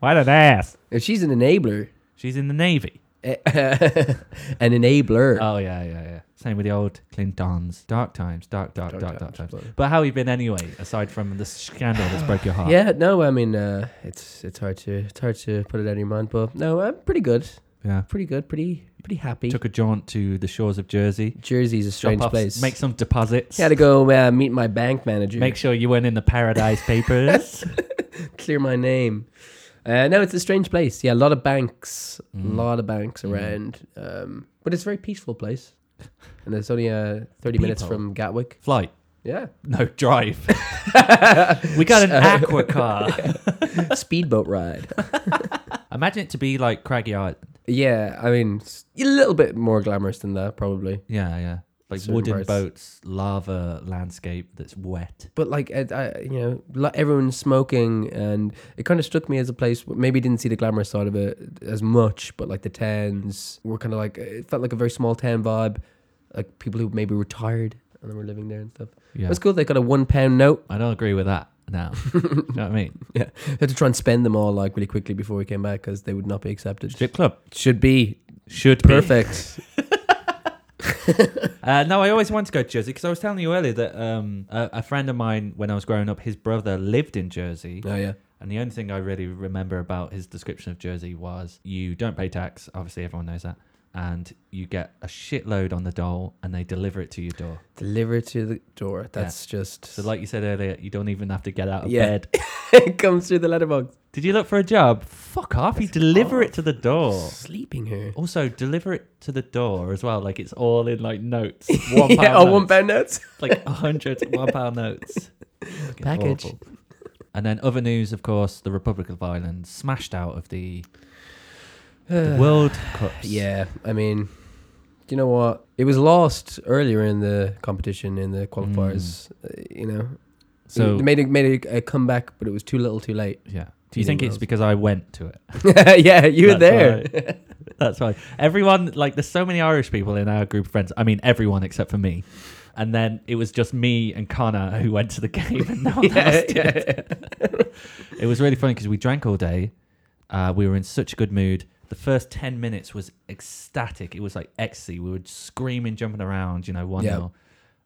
A: what an ass.
B: If she's an enabler,
A: She's in the Navy.
B: eh, an enabler.
A: Oh, yeah, yeah, yeah. Same with the old Clintons. Dark times, dark, dark, dark,
B: Dark
A: dark, dark times.
B: times, bloody.
A: But how have you been anyway, aside from the scandal that's broke your heart?
B: yeah, no, I mean, uh, it's it's hard to it's hard to put it out of your mind, but no, I'm pretty good,
A: Yeah.
B: pretty good, pretty pretty happy.
A: Took a jaunt to the shores of Jersey.
B: Jersey's a strange
A: Shop offs,
B: place.
A: Make some deposits.
B: Had to go uh, meet my bank manager.
A: Make sure you weren't in the Paradise Papers.
B: clear my name. Uh, no, it's a strange place. Yeah, a lot of banks, a
A: Mm.
B: lot of banks around. Um, but it's a very peaceful place, and it's only uh, thirty minutes
A: People.
B: from Gatwick.
A: Flight.
B: Yeah,
A: No, drive. we got an aqua car.
B: speedboat ride.
A: Imagine it to be like Craggy Island.
B: yeah, I mean, it's a little bit more glamorous than that, probably.
A: Yeah, yeah. Like
B: Certain
A: wooden
B: parts.
A: boats, lava landscape that's wet.
B: But like, I, I, you know, lo- everyone's smoking, and it kind of struck me as a place. Maybe didn't see the glamorous side of it as much, but like the towns were kind of like it felt like a very small town vibe, like people who maybe retired and then were living there and stuff.
A: Yeah.
B: That's cool. They got a one pound note.
A: I don't agree with that now. Do you know what I mean?
B: Yeah, they had to try and spend them all like really quickly before we came back because they would not be accepted.
A: Strip club.
B: Should be
A: Should
B: perfect.
A: Uh, no, I always wanted to go to Jersey because I was telling you earlier that um, a, a friend of mine, when I was growing up, his brother lived in Jersey.
B: oh yeah,
A: And the only thing I really remember about his description of Jersey was you don't pay tax. Obviously, everyone knows that. And you get a shitload on the dole and they deliver it to your door.
B: deliver it to the door. That's just
A: So, like you said earlier, you don't even have to get out of
B: Yeah.
A: bed.
B: it comes through the letterbox.
A: Did you look for a job? Fuck off. You deliver it to the door.
B: Sleeping here.
A: Also, deliver it to the door as well. Like it's all in like notes.
B: One
A: One pound
B: yeah, oh, one
A: notes.
B: pound notes.
A: Like hundreds of one pound notes. Fucking
B: Package.
A: awful. And then other news, of course, the Republic of Ireland smashed out of the, the World Cups.
B: Yeah, I mean, you know what? It was lost earlier in the competition in the qualifiers. uh, You know,
A: Mm. So
B: it made it made a, a comeback, but it was too little, too late.
A: yeah. Do you
B: Beating
A: think it's
B: Wales.
A: because I went to it?
B: yeah, you were
A: That's
B: there.
A: That's why everyone like there's so many Irish people in our group of friends. I mean everyone except for me. And then it was just me and Connor who went to the game and no one else
B: yeah,
A: did.
B: yeah.
A: It was really funny because we drank all day. Uh, we were in such a good mood. The first 10 minutes was ecstatic. It was like ecstasy. We were screaming, jumping around, you know, 1
B: Yeah.
A: 0.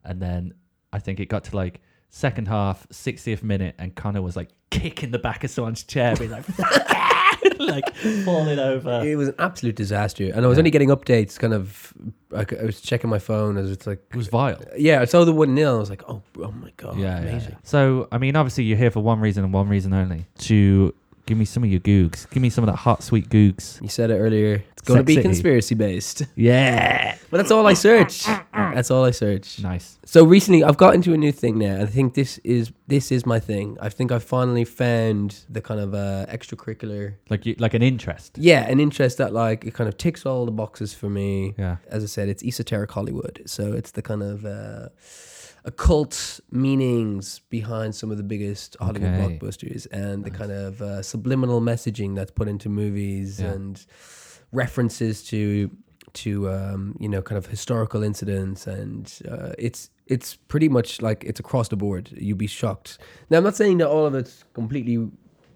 A: And then I think it got to like second half, 60th minute, and Connor was like kicking the back of someone's chair, being like, like falling over.
B: It was an absolute disaster, and I was only getting updates. Kind of, like, I was checking my phone as it's like,
A: It was vile.
B: yeah, I saw the one nil. I was like, oh, oh my god,
A: Yeah, yeah,
B: amazing.
A: yeah. So, I mean, obviously, you're here for one reason and one reason only to give me some of your googs. Give me some of that hot, sweet googs.
B: You said it earlier. It's gonna be
A: Sexy.
B: conspiracy based,
A: Yeah.
B: but that's all I search. that's all I search.
A: Nice.
B: So recently, I've got into a new thing now. I think this is this is my thing. I think I finally found the kind of uh, extracurricular,
A: Like you, like an interest.
B: yeah, an interest that like it kind of ticks all the boxes for me.
A: Yeah.
B: As I said, it's esoteric Hollywood, so it's the kind of uh, occult meanings behind some of the biggest Hollywood
A: Okay.
B: blockbusters, and the kind of uh, subliminal messaging that's put into movies
A: Yeah.
B: and references to to um, you know kind of historical incidents and uh, it's it's pretty much like it's across the board you'd be shocked now i'm not saying that all of it's completely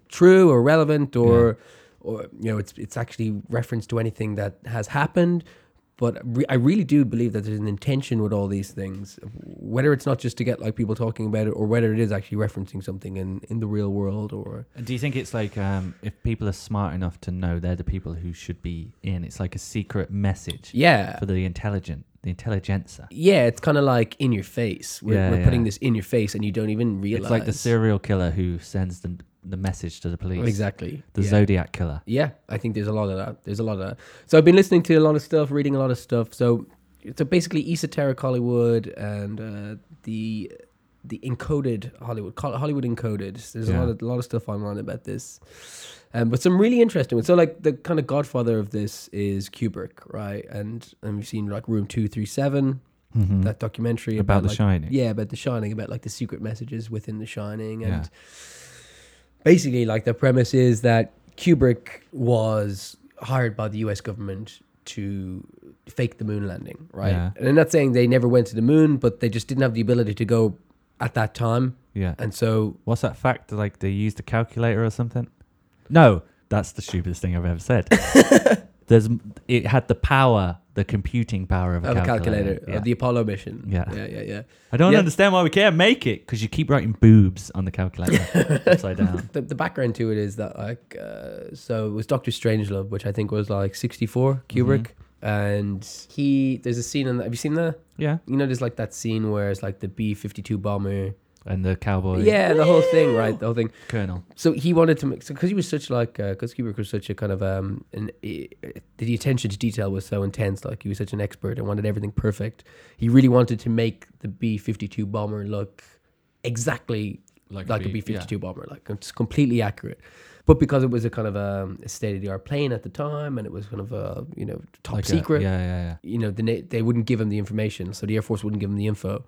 B: true or relevant or or you know it's it's actually reference to anything that has happened but re- I really do believe that there's an intention with all these things, whether it's not just to get like people talking about it, or whether it is actually referencing something in, in the real world, or
A: And do you think it's like um, if people are smart enough to know they're the people who should be in? It's like a secret message
B: yeah,
A: for the intelligent, the intelligencer.
B: Yeah, it's kind of like in your face. We're,
A: Yeah,
B: we're putting
A: yeah.
B: this in your face, and you don't even realize.
A: It's like the serial killer who sends the the message to the police.
B: Exactly.
A: The
B: yeah.
A: Zodiac killer.
B: Yeah, I think there's a lot of that. There's a lot of that. So I've been listening to a lot of stuff, reading a lot of stuff. So, so basically, esoteric Hollywood and uh, the the encoded Hollywood, Col- Hollywood encoded. There's
A: Yeah.
B: a lot of a lot of stuff online about this, um, but some really interesting ones. So like the kind of godfather of this is Kubrick, right? And and we've seen like Room Two Three Seven. That documentary
A: Mm-hmm. About
B: about,
A: The
B: like,
A: Shining.
B: yeah, about The Shining, about like the secret messages within The Shining,
A: Yeah.
B: and basically like the premise is that Kubrick was hired by the US government to fake the moon landing, right?
A: Yeah.
B: And I'm not saying they never went to the moon, but they just didn't have the ability to go at that time.
A: Yeah.
B: And so
A: What's that fact? Like they used a calculator or something? No, that's the stupidest thing I've ever said. There's it had the power, the computing power of a
B: of a
A: calculator.
B: calculator,
A: Yeah.
B: of the Apollo mission.
A: Yeah.
B: Yeah, yeah, yeah.
A: I don't
B: Yeah.
A: understand why we can't make it because you keep writing boobs on the calculator upside down.
B: The, the background to it is that like uh, so it was Doctor Strangelove, which I think was like 64 Kubrick, and he there's a scene in that. Have you seen that?
A: Yeah,
B: You know, there's like that scene where it's like the B-52 bomber.
A: and the cowboy
B: Yeah, the whole thing, right? The whole thing.
A: colonel.
B: so he wanted to make because he was such like because Kubrick was such a kind of um an, i the attention to detail was so intense like he was such an expert and wanted everything perfect he really wanted to make the B fifty two bomber look exactly
A: Like
B: like,
A: a
B: a
A: B-
B: B fifty two bomber like it's completely accurate but because it was a kind of um, a state of the art plane at the time and it was kind of a you know top
A: Like a-
B: secret
A: yeah, yeah, yeah.
B: you know, the, na- they wouldn't give him the information. So the Air Force wouldn't give him the info.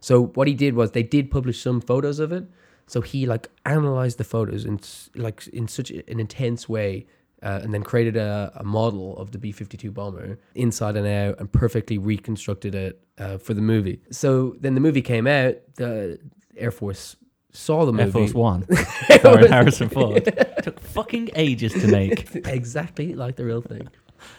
B: So what he did was they did publish some photos of it. So he like analyzed the photos in s- like in such an intense way, uh, and then created a, a model of the B fifty two bomber inside and out, and perfectly reconstructed it uh, for the movie. So then the movie came out. The Air Force saw the movie.
A: Air Force One, starring Harrison Ford. Took fucking ages to make.
B: exactly like the real thing.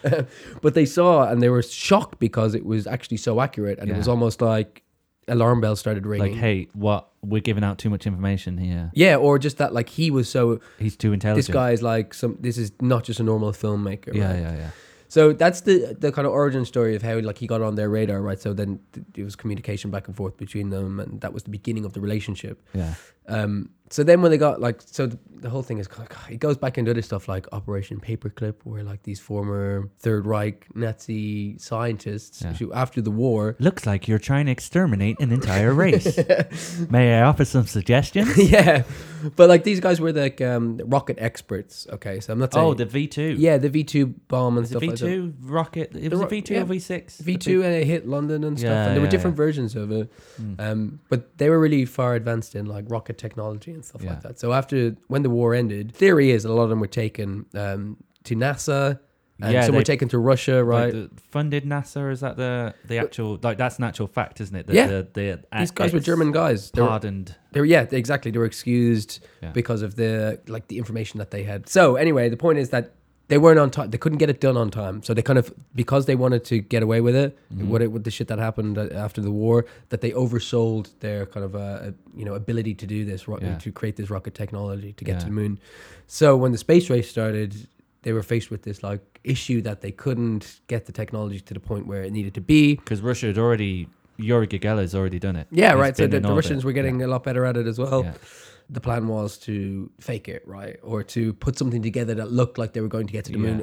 B: but they saw and they were shocked because it was actually so accurate, and
A: Yeah.
B: it was almost like alarm bells started
A: Like,
B: ringing.
A: hey, what? We're giving out too much information here.
B: yeah, or just that like he was so.
A: He's too intelligent.
B: This guy is like some. This is not just a normal filmmaker.
A: Yeah,
B: right?
A: yeah, yeah.
B: So that's the the kind of origin story of how like he got on their radar, right? So then th- it was communication back and forth between them, and that was the beginning of the relationship.
A: Yeah.
B: Um, so then when they got like, so the, the whole thing is kind of, it goes back into other stuff like Operation Paperclip, where like these former Third Reich Nazi scientists
A: Yeah.
B: who after the war.
A: Looks like you're trying to exterminate an entire race. May I offer some suggestions?
B: yeah, but like these guys were like um, rocket experts. Okay, so I'm not saying.
A: Oh, the V2.
B: yeah, the V two bomb and
A: It's a
B: stuff. like that.
A: V2 rocket. It
B: The
A: was a
B: ro-
A: V2
B: yeah.
A: or V6. The
B: V
A: big-
B: two and it hit London and stuff,
A: Yeah,
B: and there
A: yeah, Hmm.
B: were different versions of it. Um, but they were really far advanced in like rocket technology and stuff
A: Yeah.
B: like that. So after when the war ended, theory is a lot of them were taken um, to NASA, and
A: Yeah,
B: some were
A: they-
B: taken to Russia,
A: Like
B: right?
A: the funded NASA, is that the the actual like that's an actual fact, isn't it? That
B: Yeah.
A: the, the,
B: These guys were
A: it's
B: German guys. They were,
A: Pardoned.
B: they were, yeah, exactly. They were excused
A: Yeah.
B: because of the like the information that they had. So anyway, the point is that they weren't on time. They couldn't get it done on time. So they kind of because they wanted to get away with it,
A: Mm-hmm.
B: what it, with the shit that happened uh, after the war, that they oversold their kind of uh, you know ability to do this ro-
A: Yeah.
B: to create this rocket technology to get
A: Yeah.
B: to the moon. So when the space race started, they were faced with this like issue that they couldn't get the technology to the point where it needed to be.
A: Because Russia had already Yuri Gagarin's already done it.
B: Yeah,
A: He's
B: right. So
A: been
B: the,
A: in
B: the
A: orbit.
B: Russians were getting a lot better at it as well.
A: Yeah.
B: The plan was to fake it, right, or to put something together that looked like they were going to get to the moon.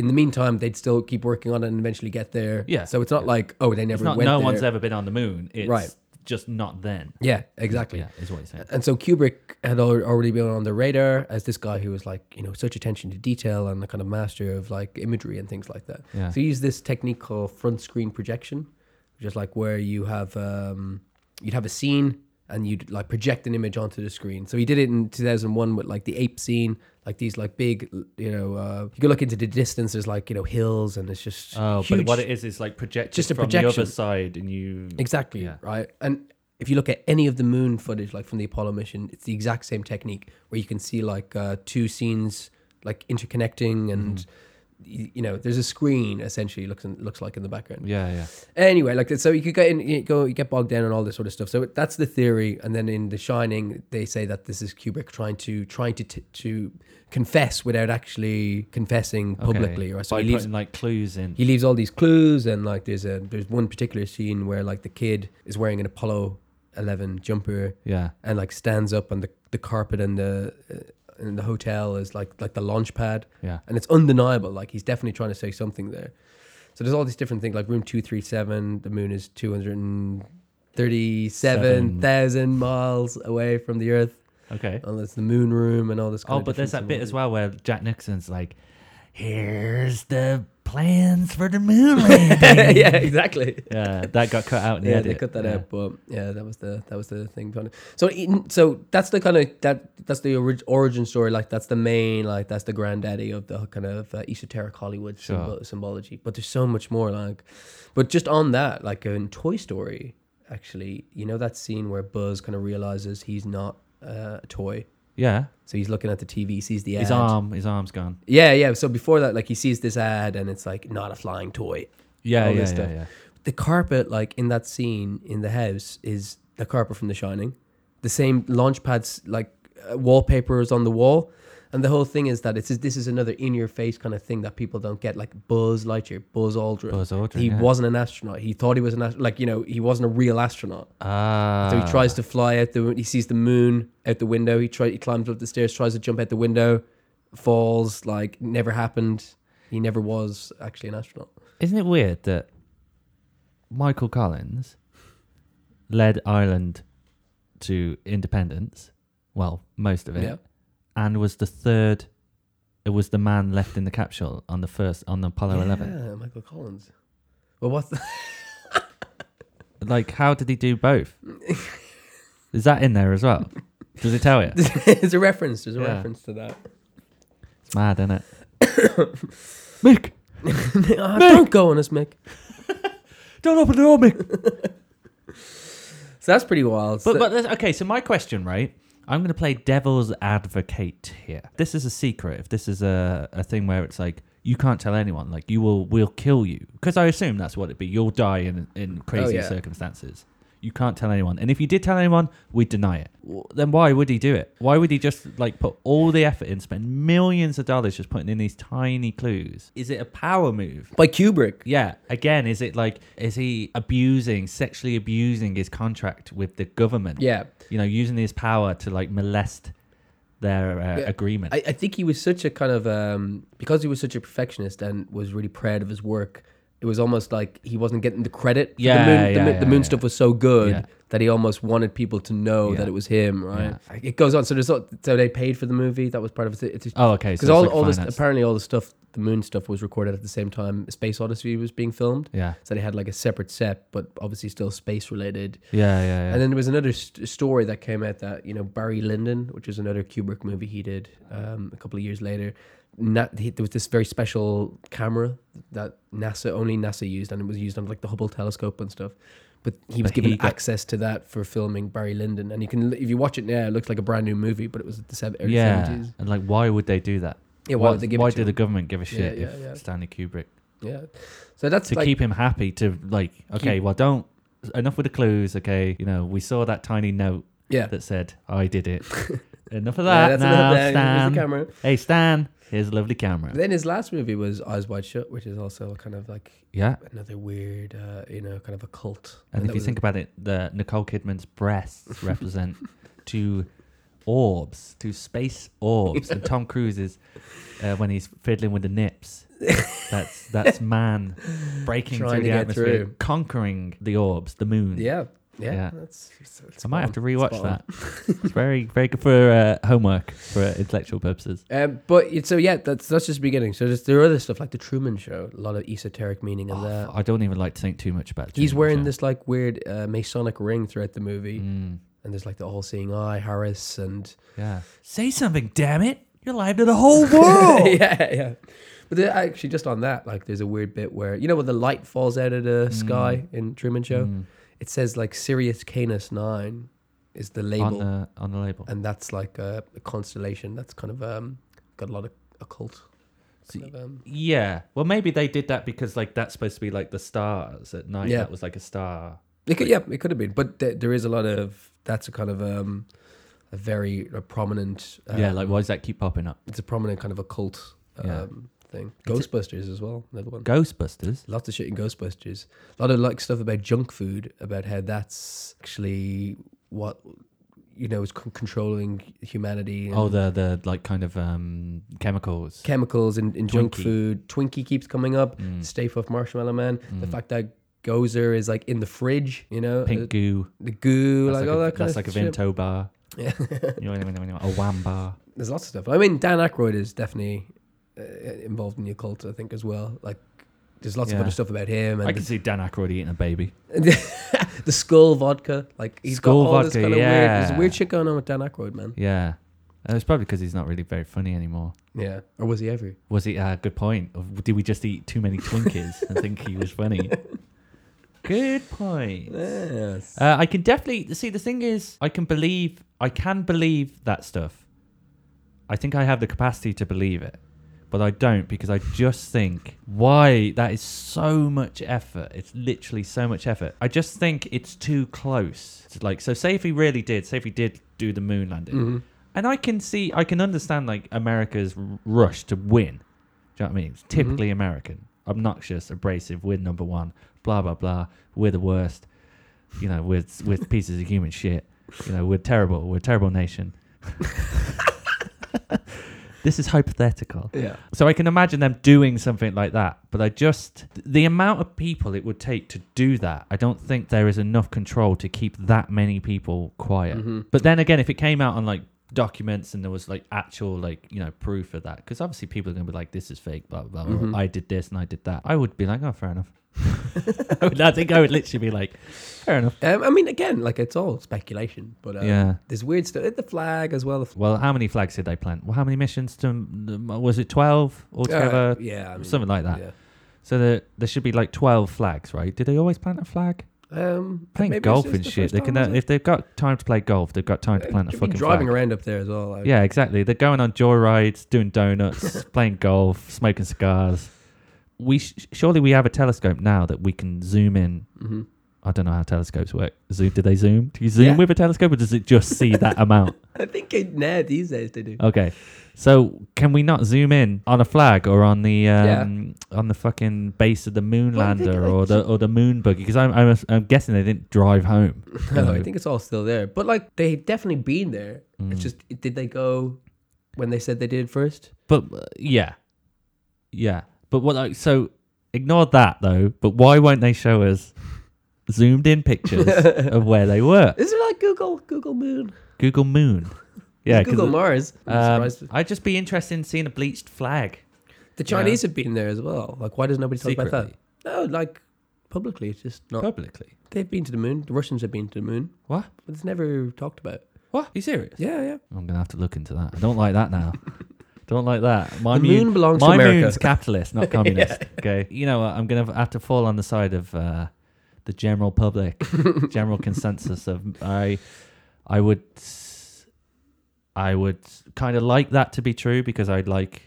B: In the meantime, they'd still keep working on it and eventually get there.
A: Yeah.
B: So it's not like oh they never
A: It's not
B: went
A: no
B: there.
A: one's ever been on the moon. It's
B: Right.
A: just not then.
B: Yeah, exactly.
A: Yeah, is what he's saying.
B: And so Kubrick had al- already been on the radar as this guy who was like, you know, such attention to detail and a kind of master of like imagery and things like that.
A: Yeah.
B: So he used this technique called front screen projection, which is like where you have um, you'd have a scene and you'd like project an image onto the screen. So he did it in 2001 with like the ape scene, like these like big, you know, uh, you go look into the distance. There's like you know hills and it's just
A: Oh,
B: huge
A: but what it is is like projected
B: Just a
A: from the
B: projection.
A: other side, and you
B: Exactly.
A: Yeah.
B: Right. And if you look at any of the moon footage, like from the Apollo mission, it's the exact same technique where you can see like uh, two scenes like interconnecting and. y- You know, there's a screen essentially looks in, looks like in the background.
A: Mm-hmm. yeah, yeah.
B: Anyway, like so, you could get in, you go, you get bogged down and all this sort of stuff. So that's the theory. And then in The Shining, they say that this is Kubrick trying to trying to t- to confess without actually confessing publicly.
A: okay.
B: Right? So
A: By
B: he leaves
A: putting like clues in.
B: he leaves all these clues and like there's a there's one particular scene where like the kid is wearing an apollo 11 jumper
A: yeah,
B: and like stands up on the, the carpet in the uh, in the hotel is like like the launch pad
A: yeah.
B: and it's undeniable like he's definitely trying to say something there so there's all these different things like room 237 the moon is 237,000 miles away from the earth
A: Okay.
B: and there's the moon room and all this kind
A: Oh,
B: of
A: but there's that
B: different
A: bit as well where Jack Nixon's like, "Here's the plans for the moon landing.
B: yeah, exactly.
A: yeah, that got cut out in the
B: Yeah,
A: edit.
B: they cut that
A: yeah.
B: out, but yeah, that was the that was the thing. behind it. So in- so that's the kind of that that's the orig- origin story. Like that's the main like that's the granddaddy of the kind of uh, esoteric Hollywood
A: Sure.
B: symbol- symbology. But there's so much more. Like, but just on that, like in Toy Story, actually, you know that scene where Buzz kind of realizes he's not uh, a toy.
A: Yeah,
B: So he's looking at the TV, sees the ad.
A: his arm, his arm's gone.
B: Yeah, yeah. So before that, like he sees this ad and it's like not a flying toy.
A: Yeah,
B: All
A: yeah,
B: this
A: yeah,
B: stuff.
A: yeah.
B: The carpet, like in that scene in the house, is the carpet from The Shining. The same launch pads, like uh, wallpaper is on the wall. And the whole thing is that it's this is another in your face kind of thing that people don't get, like Buzz Lightyear, Buzz Aldrin.
A: Buzz Aldrin,
B: He
A: yeah.
B: wasn't an astronaut. He thought he was an astronaut. Like you know, he wasn't a real astronaut.
A: Ah,
B: So he tries to fly out the. He sees the moon out the window. He try, he climbs up the stairs, tries to jump out the window, falls. Like never happened. He never was actually an astronaut.
A: Isn't it weird that Michael Collins led Ireland to independence? Well, most of it,
B: Yeah.
A: and was the third. It was the man left in the capsule on the first on Apollo Eleven.
B: Yeah, Michael Collins. Well, what's the,
A: Like, how did he do both? Is that in there as well? Does it tell you?
B: there's a reference. There's a
A: Yeah.
B: reference to that.
A: It's mad, isn't it? Mick,
B: Ah, don't go on us, Mick.
A: don't open the door, Mick.
B: So that's pretty wild.
A: But
B: So-
A: but that's- okay, so my question, right? I'm going to play devil's advocate here. This is a secret. If this is a, a thing where it's like you can't tell anyone, like you will we'll kill you because I assume that's what it'd be. You'll die in in crazy
B: yeah.
A: circumstances. You can't tell anyone, and if you did tell anyone, we'd deny it. W- Then why would he do it? Why would he just like put all the effort in, spend millions of dollars just putting in these tiny clues? Is it a power move?
B: by Kubrick.
A: Yeah. Again, is it like is he abusing, sexually abusing his contract with the government?
B: Yeah.
A: you know, using his power to like molest their uh,
B: Yeah,
A: agreement.
B: I, I think he was such a kind of um, because he was such a perfectionist and was really proud of his work. It was almost like he wasn't getting the credit. for
A: Yeah,
B: the moon,
A: yeah,
B: the, moon-
A: yeah,
B: the moon
A: yeah.
B: stuff was so good
A: Yeah.
B: that he almost wanted people to know
A: Yeah.
B: that it was him. Right?
A: Yeah.
B: Like, It goes on. So there's so they paid for the movie. That was part of it. It's-
A: oh, okay.
B: because
A: so
B: all,
A: it's like
B: all this
A: finance.
B: apparently all the stuff the moon stuff was recorded at the same time space odyssey was being filmed
A: Yeah.
B: so they had like a separate set but obviously still space related
A: Yeah, yeah, yeah.
B: and then there was another st- story that came out that you know barry lyndon which was another kubrick movie he did um, a couple of years later not, he, there was this very special camera that nasa only nasa used and it was used on like the hubble telescope and stuff but he was
A: But
B: given
A: he got-
B: access to that for filming Barry Lyndon, and you can if you watch it now, it looks like a brand new movie, but it was at the seven- early
A: yeah.
B: seventies.
A: And like, why would they do that?
B: Yeah, why would they give it to
A: did
B: him?
A: the government give a shit
B: yeah,
A: if
B: yeah.
A: Stanley Kubrick
B: Yeah. So that's
A: to
B: like,
A: keep him happy to like? Okay, well, don't enough with the clues. Okay, you know, we saw that tiny note
B: yeah.
A: that said, "I did it." enough of
B: Yeah,
A: that
B: that's
A: now,
B: another thing. Here's
A: Stan.
B: the camera.
A: Hey, Stan. Here's a lovely camera.
B: Then his last movie was Eyes Wide Shut, which is also a kind of like
A: yeah,
B: another weird, uh, you know, kind of a cult.
A: And if
B: that
A: you
B: was-
A: think about it, the Nicole Kidman's breasts represent two orbs, two space orbs, and Tom Cruise's uh, when he's fiddling with the nips. That's that's man breaking
B: Trying
A: through
B: to
A: the
B: get
A: atmosphere,
B: through.
A: conquering the orbs, the moon.
B: yeah, yeah,
A: Yeah.
B: That's, it's- it's
A: I might have to
B: spot
A: rewatch
B: Spot on.
A: that. it's very very good for uh, homework for uh, intellectual purposes.
B: Um, but it- so yeah, that's that's just the beginning. So there's, there are other stuff like the Truman Show, a lot of esoteric meaning in that.
A: I don't even like to think too much about.
B: He's
A: Oh, Truman
B: wearing
A: Show.
B: this like weird uh, Masonic ring throughout the movie,
A: Mm,
B: and there's like the all-seeing eye, Harris, and
A: yeah. Say something, damn it! You're live to the whole world.
B: yeah, yeah. But there, actually, just on that, like, there's a weird bit where you know when the light falls out of
A: Mm.
B: the sky in Truman Show, it says like Sirius Canis Nine is the
A: on
B: label,
A: the on the label.
B: and that's like a, a constellation that's kind of um got a lot of occult.
A: So-
B: Kind of, um,
A: Yeah. Well, maybe they did that because like that's supposed to be like the stars at night.
B: Yeah.
A: That was like a star.
B: it could, yeah, it could have been, but there, there is a lot of that's a kind of um a very a prominent um,
A: yeah. Like why does that keep popping up?
B: it's a prominent kind of occult um,
A: Yeah.
B: thing. Ghostbusters as well, another one.
A: Ghostbusters.
B: Lots of shit in Ghostbusters. A lot of like stuff about junk food, about how that's actually what you know is con- controlling humanity. And
A: Oh, the the like kind of um chemicals.
B: chemicals in, in junk
A: Twinkie. Mm.
B: food. Twinkie keeps coming up. Stay Puft Marshmallow Man. The fact that Gozer is like in the fridge, you know,
A: Pink
B: the,
A: goo.
B: the goo,
A: That's
B: like,
A: uh, like, oh,
B: all
A: a,
B: that kind
A: that's
B: of
A: like a
B: shit.
A: Vimto bar. You know, a wham bar.
B: There's lots of stuff. I mean, Dan Aykroyd is definitely uh, involved in the occult, I think, as well. Like there's lots
A: Yeah.
B: of other stuff about him
A: I
B: and
A: can see Dan Aykroyd eating a baby.
B: the, skull vodka. Like he's
A: Skull
B: got all this
A: vodka,
B: kind of weird,
A: yeah.
B: there's weird shit going on with Dan Aykroyd, man.
A: Yeah, and it's probably because he's not really very funny anymore.
B: Yeah, or was he ever?
A: Was he? Uh, good point. Or Did we just eat too many Twinkies and think he was funny? Good point.
B: Yes.
A: Uh, I can definitely see. The thing is, I can believe. I can believe that stuff. I think I have the capacity to believe it, but I don't because I just think why that is so much effort. It's literally so much effort. I just think it's too close. It's like so. Say if he really did. Say if he did do the moon landing,
B: Mhm.
A: and I can see. I can understand like America's r- rush to win. Do you know what I mean? It's typically American, obnoxious, abrasive. We're number one. Blah blah blah. We're the worst you know, with with pieces of human shit. You know, we're terrible. We're a terrible nation. this is hypothetical.
B: Yeah.
A: So I can imagine them doing something like that, but I just the amount of people it would take to do that. I don't think there is enough control to keep that many people quiet.
B: Mhm.
A: But then again, if it came out on like documents and there was like actual like you know proof of that, because obviously people are gonna be like, "This is fake," blah blah. blah
B: Mhm.
A: I did this and I did that. I would be like, "Oh, fair enough." I, would, I think I would literally be like, "Fair enough."
B: Um, I mean, again, like it's all speculation, but um,
A: Yeah.
B: there's weird stuff. The flag as well. The
A: Well, how many flags did they plant? Well, how many missions to, mm, was it 12 altogether?
B: Uh, yeah, I mean,
A: Something like that.
B: Yeah.
A: So there, there should be like 12 flags, right? Did they always plant a flag?
B: Um,
A: Playing
B: maybe
A: golf
B: this is
A: and
B: the
A: shit.
B: first
A: They can,
B: time, was
A: if they've got time to play golf, they've got time
B: it?
A: to plant a
B: You've been
A: fucking
B: driving
A: flag.
B: around up there as well. like-
A: Yeah, exactly. They're going on joyrides, doing donuts, playing golf, smoking cigars. We sh- surely we have a telescope now that we can zoom in.
B: Mhm.
A: I don't know how telescopes work. Zoom? Do they zoom? Do you zoom
B: Yeah.
A: with a telescope, or does it just see that amount?
B: I think it, nah, these days they do.
A: Okay. So can we not zoom in on a flag or on the um, on the fucking base of the moon
B: Well, I think
A: lander
B: I
A: or the or the moon buggy? Because I'm, I'm I'm guessing they didn't drive home. you
B: No, I
A: know.
B: think it's all still there. But like they've definitely been there.
A: Mm.
B: It's just did they go when they said they did first?
A: But uh, yeah, yeah. But what? Like, so ignore that though. But why won't they show us zoomed in pictures of where they were?
B: Is it like Google Google Moon?
A: Google Moon. Yeah, 'cause
B: Google
A: it-
B: Mars. I'm
A: um,
B: surprised.
A: I'd just be interested in seeing a bleached flag.
B: the Chinese have been there as well. Like why does nobody talk about that? No, like publicly, it's just not.
A: publicly.
B: They've been to the moon. The Russians have been to the moon,
A: What?
B: but it's never talked about.
A: What? Are you serious?
B: Yeah, yeah.
A: I'm gonna have to look into that. I don't like that now. don't like that. My
B: The moon belongs to
A: my
B: America.
A: moon's capitalist, not communist. Okay, you know what? I'm gonna have to fall on the side of uh, the general public, general consensus of I, I would, I would kind of like that to be true because I'd like,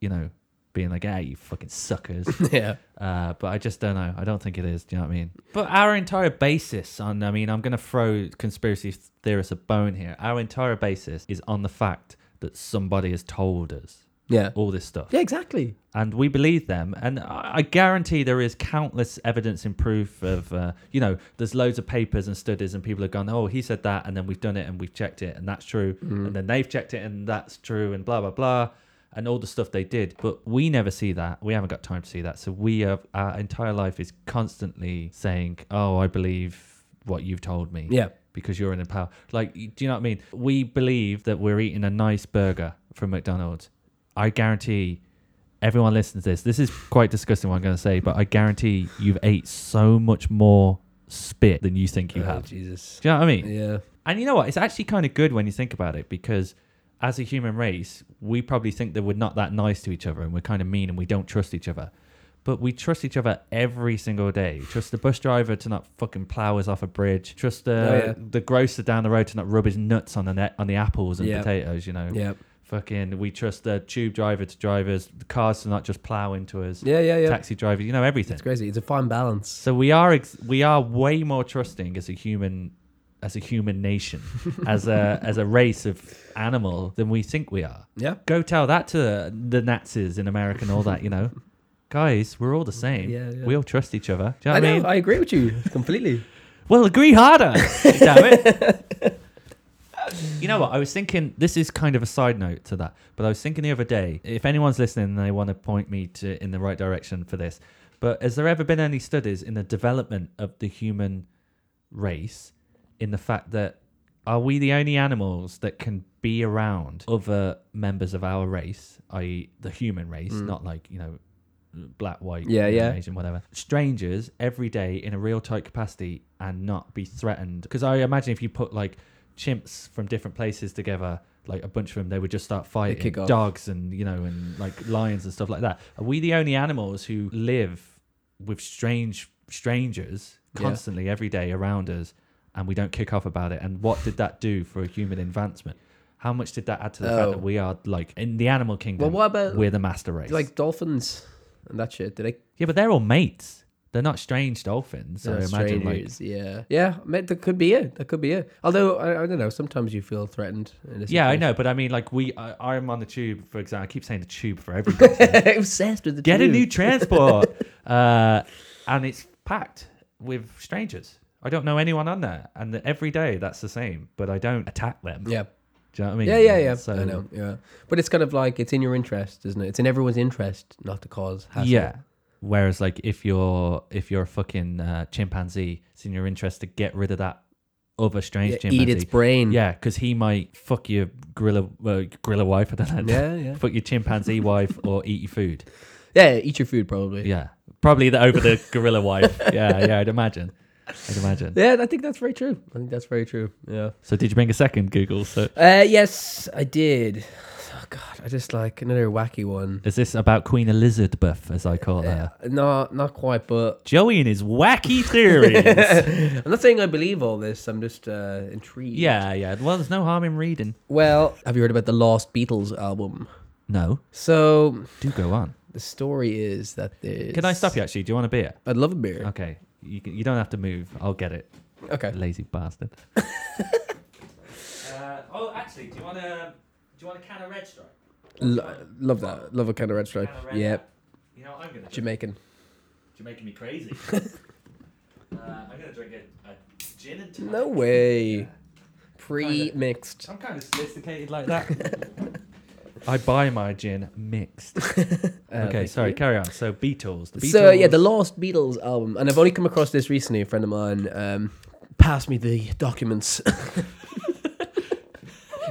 A: you know, being like, ah, you fucking suckers.
B: yeah.
A: Uh, but I just don't know. I don't think it is. Do you know what I mean? But our entire basis on, I mean, I'm going to throw conspiracy theorists a bone here. Our entire basis is on the fact that somebody has told us
B: Yeah.
A: all this stuff.
B: Yeah, exactly.
A: And we believe them. And I I guarantee there is countless evidence and proof of, uh, you know, there's loads of papers and studies, and people have gone, oh, he said that. And then we've done it and we've checked it, and that's true. And then they've checked it, and that's true, and blah, blah, blah. And all the stuff they did. But we never see that. We haven't got time to see that. So we have, our entire life is constantly saying, oh, I believe what you've told me
B: Yeah.
A: because you're in power. Like, do you know what I mean? We believe that we're eating a nice burger from McDonald's. I guarantee everyone listening to this. This is quite disgusting what I'm going to say, but I guarantee you've ate so much more spit than you think you
B: Oh,
A: have. Uh, Do
B: Jesus.
A: you know what I mean?
B: Yeah.
A: And you know what? It's actually kind of good when you think about it because as a human race, we probably think that we're not that nice to each other and we're kind of mean and we don't trust each other. But we trust each other every single day. We trust the bus driver to not fucking plow us off a bridge. Trust the
B: Oh, yeah.
A: the grocer down the road to not rub his nuts on the net on the apples and
B: Yeah.
A: potatoes. You know,
B: Yeah.
A: fucking. We trust the tube driver to drive us. The cars to not just plow into us.
B: Yeah, yeah, yeah.
A: Taxi driver. You know everything.
B: It's crazy. It's a fine balance.
A: So we are ex- we are way more trusting as a human as a human nation, as a as a race of animal than we think we are.
B: Yeah.
A: Go tell that to the Nazis in America and all that, you know. Guys, we're all the same.
B: Yeah, yeah.
A: We all trust each other. Do you know
B: I
A: what I
B: know.
A: mean?
B: I agree with you completely.
A: Well, agree harder. damn it. You know what? I was thinking. This is kind of a side note to that, but I was thinking the other day. If anyone's listening and they want to point me to in the right direction for this, but has there ever been any studies in the development of the human race in the fact that are we the only animals that can be around other members of our race, i.e., the human race, not like you know black, white,
B: Mm. Yeah, yeah.
A: Asian, whatever. Strangers every day in a real tight capacity and not be threatened. Because I imagine if you put like chimps from different places together, like a bunch of them, they would just start fighting
B: kick off.
A: dogs and you know and like lions and stuff like that. Are we the only animals who live with strange strangers
B: Yeah.
A: constantly every day around us? And we don't kick off about it. And what did that do for human advancement? How much did that add to the fact
B: Oh.
A: that we are like in the animal kingdom?
B: Well, what about
A: We're the master race.
B: like dolphins and that shit? Did they
A: yeah, but they're all mates. They're not strange dolphins. So I
B: They're
A: imagine like
B: strangers, yeah, yeah. I mean, that could be it. That could be it. Although I, I don't know. Sometimes you feel threatened. In a
A: yeah, I
B: situation.
A: know, but I mean like we. I, I'm on the tube, for example. I keep saying the tube for everything.
B: Obsessed with the
A: Get a
B: tube.
A: new transport, uh, and it's packed with strangers. I don't know anyone on there, and every day that's the same. But I don't attack them.
B: Yeah,
A: Do you know what I mean?
B: yeah, yeah, yeah.
A: So
B: I know. Yeah, but it's kind of like it's in your interest, isn't it? It's in everyone's interest not to cause hassle.
A: Yeah. Whereas, like, if you're if you're a fucking uh, chimpanzee, it's in your interest to get rid of that other strange
B: Yeah,
A: chimpanzee.
B: eat its brain.
A: Yeah, because he might fuck your gorilla uh, gorilla wife. I don't know.
B: yeah, yeah,
A: fuck your chimpanzee wife or eat your food.
B: yeah. Eat your food, probably.
A: Yeah, probably the over the gorilla wife. Yeah, yeah, I'd imagine. I'd imagine.
B: Yeah, I think that's very true. I think that's very true. Yeah.
A: So, did you bring a second Google? So,
B: Uh, yes, I did. Oh God, I just like another wacky one.
A: is this about Queen Elizabeth, as I call her?
B: No, not quite, but
A: Joey and his wacky theories.
B: I'm not saying I believe all this. I'm just uh, intrigued.
A: yeah, yeah. Well, there's no harm in reading.
B: Well, have you heard about the Lost Beatles album?
A: No,
B: So
A: do go on.
B: the story is that there's.
A: Can I stop you? Actually, do you want a beer?
B: I'd love a beer.
A: Okay, you, can- you don't have to move. I'll get it.
B: Okay.
A: Lazy bastard. uh, oh, actually, do you want a do you want a can of red stripe?
B: Lo- love that. Love a kind of red stripe.
A: Can of red
B: Yep.
A: You know, what I'm gonna. Drink.
B: Jamaican.
A: You're making me crazy. uh, I'm gonna drink a, a gin and tonic.
B: No way.
A: Yeah.
B: Pre-mixed.
A: I'm kind of sophisticated like that. I buy my gin mixed.
B: Uh,
A: okay,
B: thank
A: sorry,
B: you.
A: carry on. So Beatles. The Beatles.
B: So yeah, the Lost Beatles album, and I've only come across this recently. A friend of mine um, passed me the documents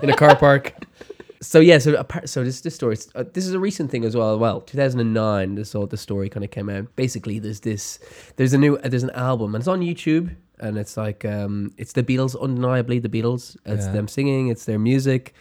B: in a car park. So yeah, so apart, so this this story. Uh, this is a recent thing as well. Well, 2009, this all the story kind of came out. Basically, there's this, there's a new, uh, there's an album, and it's on YouTube, and it's like, um, it's the Beatles, undeniably the Beatles. It's
A: Yeah.
B: them singing, it's their music,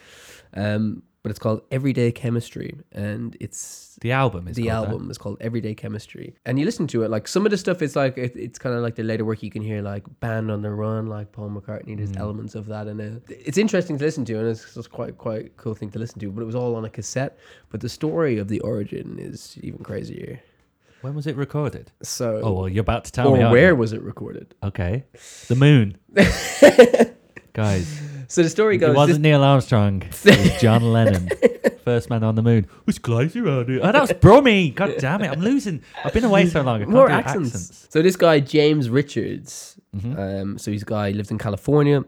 B: um, but it's called Everyday Chemistry, and it's
A: the album is
B: the
A: called that.
B: album is called Everyday Chemistry, and you listen to it like some of the stuff is like it, it's kind of like the later work you can hear like Band on the Run, like Paul McCartney.
A: Mm.
B: There's elements of that in it. It's interesting to listen to, and it's just quite quite a cool thing to listen to. But it was all on a cassette. But the story of the origin is even crazier.
A: When was it recorded?
B: So,
A: Oh well, you're about to tell me.
B: Uh, or
A: aren't
B: where
A: you?
B: was it recorded?
A: Okay, the moon. Guys,
B: So the story
A: it
B: goes.
A: wasn't Neil Armstrong. It was John Lennon, first man on the moon. It's crazy around here. Oh, that was Brummy. God damn it, I'm losing. I've been away so long. I
B: this,
A: can't
B: more
A: do
B: accents. So this guy James Richards.
A: Mm-hmm.
B: Um, so he's a guy lived in California.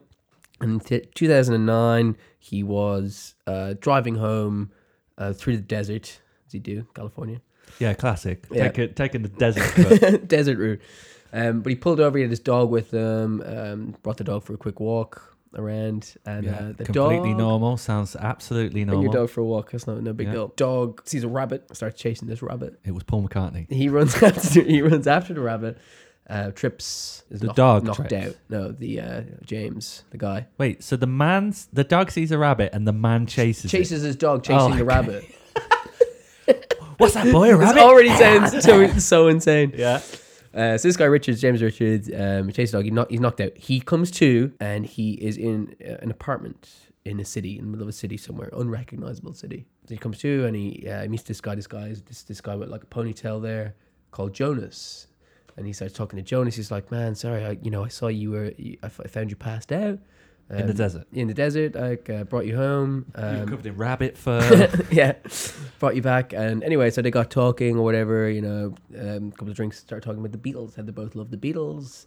B: And in t- 2009, he was uh, driving home uh, through the desert, as you do, California.
A: Yeah, classic.
B: Yeah.
A: Take it, taking the desert. But
B: desert route. Um, but he pulled over, he had his dog with him, um, brought the dog for a quick walk around. And uh, the
A: completely
B: dog.
A: normal. Sounds absolutely
B: Bring your
A: normal.
B: dog for a walk. That's no, no big
A: Yeah.
B: deal. Dog sees a rabbit, starts chasing this rabbit.
A: It was Paul McCartney.
B: He runs after he runs after the rabbit. Uh, trips is
A: The
B: knocked,
A: dog
B: knocked
A: trips.
B: out. No, the uh, James, the guy.
A: Wait, so the man's the dog sees a rabbit and the man chases. it.
B: chases his dog chasing
A: Oh,
B: the
A: okay.
B: rabbit.
A: What's that boy? A
B: This
A: rabbit?
B: already sounds so, so insane.
A: Yeah.
B: Uh, so this guy Richards, James Richards, um, chases the dog. He knock, he's knocked out. He comes to, and he is in uh, an apartment in a city, in the middle of a city somewhere, unrecognizable city. So he comes to, and he uh, meets this guy. This guy is this this guy with like a ponytail there, called Jonas. And he starts talking to Jonas. He's like, "Man, sorry, I, you know, I saw you were, you- I f- I found you passed out um,
A: In the desert.
B: In the desert, like uh, brought you home.
A: you were
B: Um,
A: covered in rabbit fur.
B: yeah, brought you back. And anyway, so they got talking or whatever, you know, um, a couple of drinks, started talking about the Beatles, how they both love the Beatles.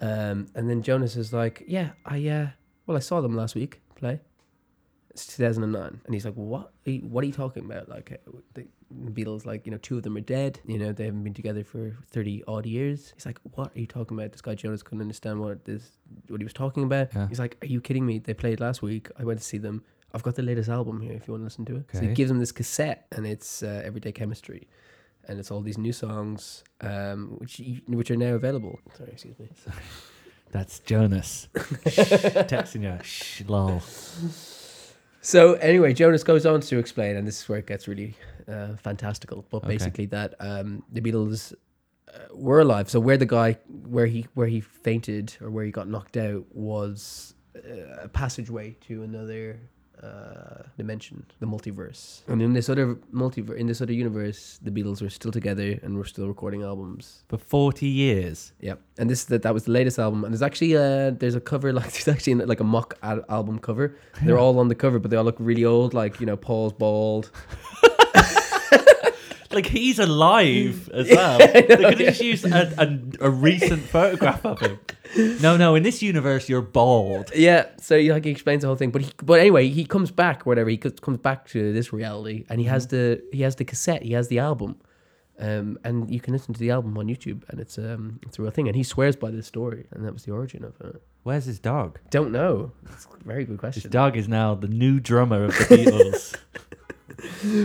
B: Um, and then Jonas is like, yeah, I, uh, well, I saw them last week play. It's 2009. And he's like, what? Are you- What are you talking about? Like, uh, the Beatles, like, you know, two of them are dead. You know, they haven't been together for 30 odd years. He's like, what are you talking about? This guy Jonas couldn't understand what this, what he was talking about.
A: Yeah.
B: He's like, are you kidding me? They played last week. I went to see them. I've got the latest album here if you want to listen to it. So he
A: Okay.
B: gives him this cassette, and it's uh, Everyday Chemistry. and it's all these new songs, um, which you, which are now available. Sorry, excuse me.
A: That's Jonas. Shh, texting you. Shh, lol.
B: So anyway, Jonas goes on to explain, and this is where it gets really uh, fantastical. But
A: Okay.
B: basically, that um, the Beatles uh, were alive. So where the guy, where he, where he fainted or where he got knocked out was uh, a passageway to another uh, dimension, the multiverse. And in this other multiverse, in this other universe, the Beatles were still together and were still recording albums.
A: For 40 years.
B: Yep. And this that that was the latest album. And there's actually uh there's a cover like there's actually like a mock al- album cover. They're all on the cover, but they all look really old. Like you know, Paul's bald.
A: Like, he's alive as well. they could have just used a, a, a recent photograph of him. No, no, in this universe, you're bald.
B: Yeah. So he, like he explains the whole thing. But he, but anyway, he comes back whatever he co- comes back to this reality, and he has the he has the cassette, he has the album, um, and you can listen to the album on YouTube, and it's um it's a real thing. And he swears by this story, and that was the origin of it.
A: Where's his dog?
B: Don't know. It's a very good
A: His
B: question.
A: dog is now the new drummer of the Beatles.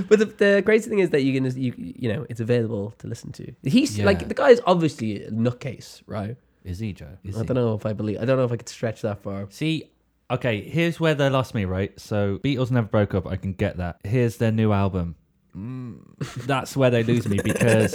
B: But the, the crazy thing is that you can you you know it's available to listen to. He's
A: Yeah.
B: like the guy is obviously a nutcase, right?
A: is he, Joe? Is
B: I
A: he?
B: don't know if I believe. I don't know if I could stretch that far.
A: See, okay, here's where they lost me, right? So Beatles never broke up. I can get that. Here's their new album.
B: Mm.
A: That's where they lose me because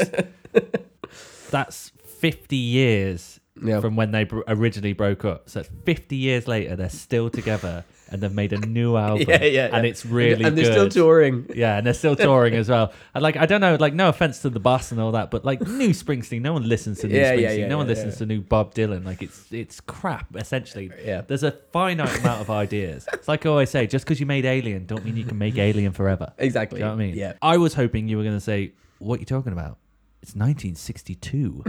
A: that's 50 years
B: Yeah.
A: from when they br- originally broke up. So it's 50 years later, they're still together and they've made a new album.
B: Yeah, yeah,
A: And
B: yeah.
A: it's really
B: and
A: good.
B: they're still touring.
A: Yeah, and they're still touring as well. And like, I don't know, like, no offense to the boss and all that, but like, new Springsteen, no one listens to new
B: Yeah,
A: Springsteen,
B: yeah, yeah,
A: no one
B: yeah,
A: listens
B: yeah. Uh,
A: to new Bob Dylan. Like, it's it's crap essentially.
B: Yeah.
A: there's a finite amount of ideas. It's like I always say, just because you made Alien, don't mean you can make Alien forever.
B: Exactly.
A: Do you know what I mean?
B: Yeah.
A: I was hoping you were gonna say, "What are you talking about? It's 1962."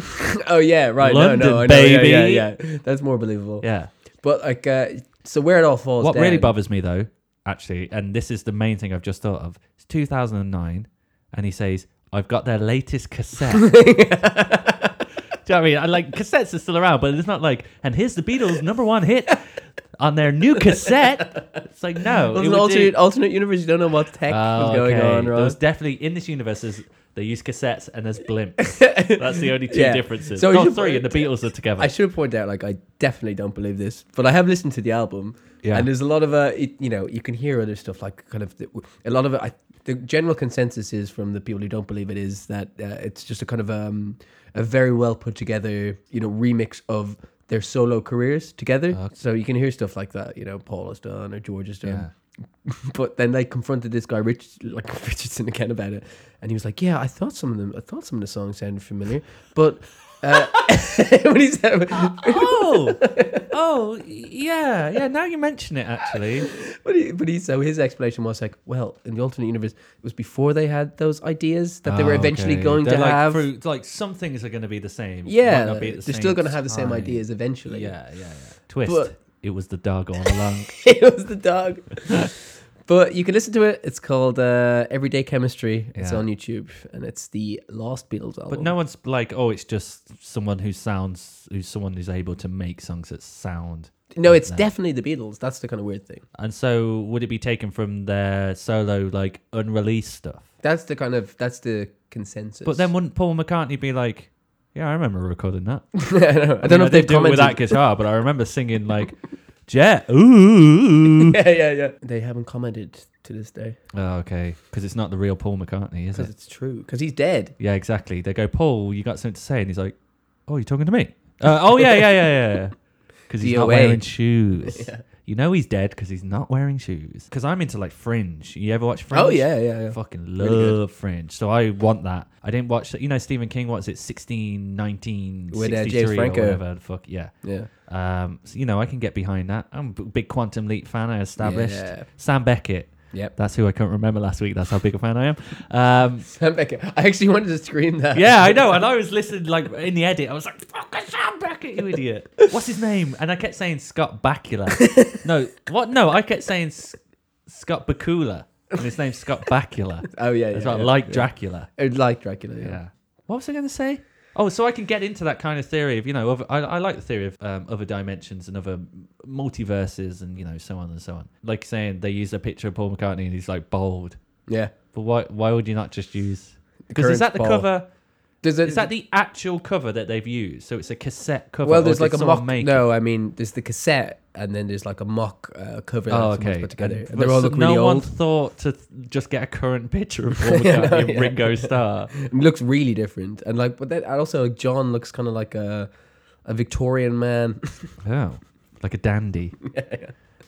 B: Oh yeah. Right.
A: London,
B: no, no. I know, yeah,
A: baby.
B: Yeah, yeah. That's more believable.
A: yeah.
B: But like, uh, so where it all falls.
A: What really
B: down-
A: bothers me though, actually, and this is the main thing I've just thought of. It's 2009, and he says, "I've got their latest cassette." Do you know what I mean? I, like cassettes are still around, but it's not like, and here's the Beatles' number one hit on their new cassette. It's like no,
B: Well,
A: it
B: it's an
A: would do-
B: alternate, alternate universe. You don't know what tech was
A: Oh,
B: going
A: okay.
B: on,
A: There
B: right?
A: was definitely in this universe is they use cassettes and there's blimps. That's the only two
B: Yeah.
A: differences.
B: So
A: So oh,
B: you-
A: three, and the Beatles are together.
B: I should point out, like, I definitely don't believe this, but I have listened to the album,
A: Yeah.
B: and there's a lot of, uh, it, you know, you can hear other stuff, like, kind of, a lot of it. I, the general consensus is from the people who don't believe it is that uh, it's just a kind of um, a very well put together, you know, remix of their solo careers together. So you can hear stuff like that, you know, Paul has done or George has done.
A: Yeah.
B: But then they confronted this guy Rich, like Richardson again about it, and he was like, "Yeah, I thought some of them, I thought some of the songs sounded familiar, but uh, when he said,
A: oh, oh, yeah, yeah. Now you mention it, actually.
B: but he, but he, so his explanation was like, well, in the alternate universe, it was before they had those ideas that they were
A: Oh,
B: eventually
A: okay.
B: going
A: They're
B: to
A: like
B: have.
A: through- like some things are going to be the same. might
B: yeah,
A: not be at the
B: they're
A: same
B: still going to have the same
A: time.
B: ideas eventually.
A: Yeah, yeah, yeah. Twist.
B: But-
A: it was the dog all along.
B: it was the dog. but you can listen to it. It's called uh, Everyday Chemistry. It's
A: Yeah.
B: on YouTube, and it's the Lost Beatles album.
A: But no one's like, oh, it's just someone who sounds, who's someone who's able to make songs that sound.
B: no,
A: like
B: it's
A: that.
B: definitely the Beatles. That's the kind of weird thing.
A: And so, would it be taken from their solo, like unreleased stuff?
B: That's the kind of that's the consensus.
A: But then, wouldn't Paul McCartney be like, "Yeah, I remember recording that. I,
B: I don't know, I don't know if they've
A: did it with
B: commented.
A: that guitar, but I remember singing like, Jet, ooh."
B: yeah, yeah, yeah. They haven't commented to this day
A: oh, okay, because it's not the real Paul McCartney, is
B: because
A: it?
B: it's true. Because he's dead.
A: Yeah, exactly. They go, Paul, you got something to say, and he's like, "Oh, you talking to me? Uh, oh, yeah, yeah, yeah, yeah." Because he's not
B: DOA.
A: wearing shoes. You know he's dead because he's not wearing shoes. Because I'm into like Fringe. You ever watch Fringe?
B: Oh yeah, yeah, yeah.
A: fucking love
B: Really good.
A: Fringe. So I want that. I didn't watch that. You know, Stephen King, what's it, 16, 19,
B: With, uh, James
A: 63
B: Franco.
A: or whatever. the Fuck, yeah.
B: Yeah.
A: Um, so, you know, I can get behind that. I'm a b- big Quantum Leap fan, I established.
B: Yeah.
A: Sam Beckett.
B: Yep.
A: That's who I couldn't remember last week. That's how big a fan I am. Um,
B: Sam Beckett. I actually wanted to scream that.
A: yeah, I know. And I was listening, like, in the edit, I was like, fucking Sam Beckett, you idiot. What's his name? And I kept saying Scott Bakula. no, what? No, I kept saying S- Scott Bakula. And his name's Scott Bakula.
B: Oh yeah. yeah,
A: It's like,
B: yeah.
A: like Dracula.
B: I like Dracula. Yeah.
A: Yeah. What was I going to say? Oh, so I can get into that kind of theory of you know, other, I, I like the theory of um, other dimensions and other multiverses and you know so on and so on. Like saying they use a picture of Paul McCartney and he's like bold,
B: Yeah.
A: but why why would you not just use Because is
B: current
A: that the
B: ball.
A: cover?
B: There's a,
A: Is that the actual cover that they've used? So it's a cassette cover.
B: well,
A: or
B: there's
A: did
B: like a
A: someone
B: mock.
A: Make
B: No, I mean, there's the cassette, and then there's like a mock uh, cover
A: It?
B: that
A: Oh,
B: someone's
A: okay.
B: put together. And,
A: But
B: they all
A: so
B: look really
A: no one
B: old.
A: thought to th- just get a current picture of Paul
B: Yeah,
A: McCartney
B: no,
A: and
B: yeah.
A: Ringo Starr.
B: It looks really different, and like, but then and also like John looks kind of like a a Victorian man.
A: Oh, like a dandy.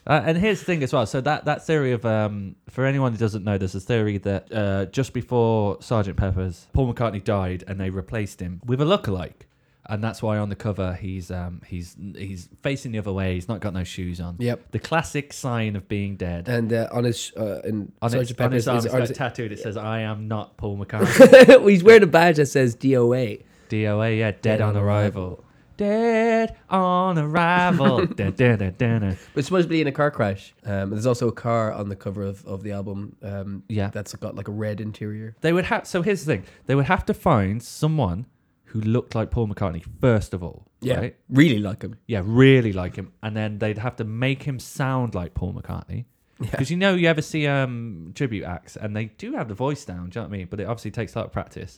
A: Uh, and here's the thing as well. So that that theory of um, for anyone who doesn't know, there's a theory that uh, just before Sergeant Pepper's, Paul McCartney died, and they replaced him with a lookalike, and that's why on the cover he's um, he's he's facing the other way. He's not got no shoes on.
B: Yep.
A: The classic sign of being dead.
B: And uh, on his uh, in
A: on, its,
B: Sgt.
A: on
B: Pepper's
A: his arm,
B: is-
A: it's
B: on
A: got
B: his-
A: tattooed. It says, "I am not Paul McCartney."
B: he's wearing a badge that says DOA.
A: DOA, yeah, dead, on arrival. Dead on arrival. Dun, dun, dun, dun, dun.
B: But it's supposed to be in a car crash. Um, there's also a car on the cover of, of the album. Um,
A: Yeah.
B: that's got like a red interior.
A: They would have. So here's the thing: they would have to find someone who looked like Paul McCartney first of all, right?
B: really like him.
A: Yeah, really like him, and then they'd have to make him sound like Paul McCartney. Because you know, you ever see um, tribute acts, and they do have the voice down. Do you know what I mean? But it obviously takes a lot of practice.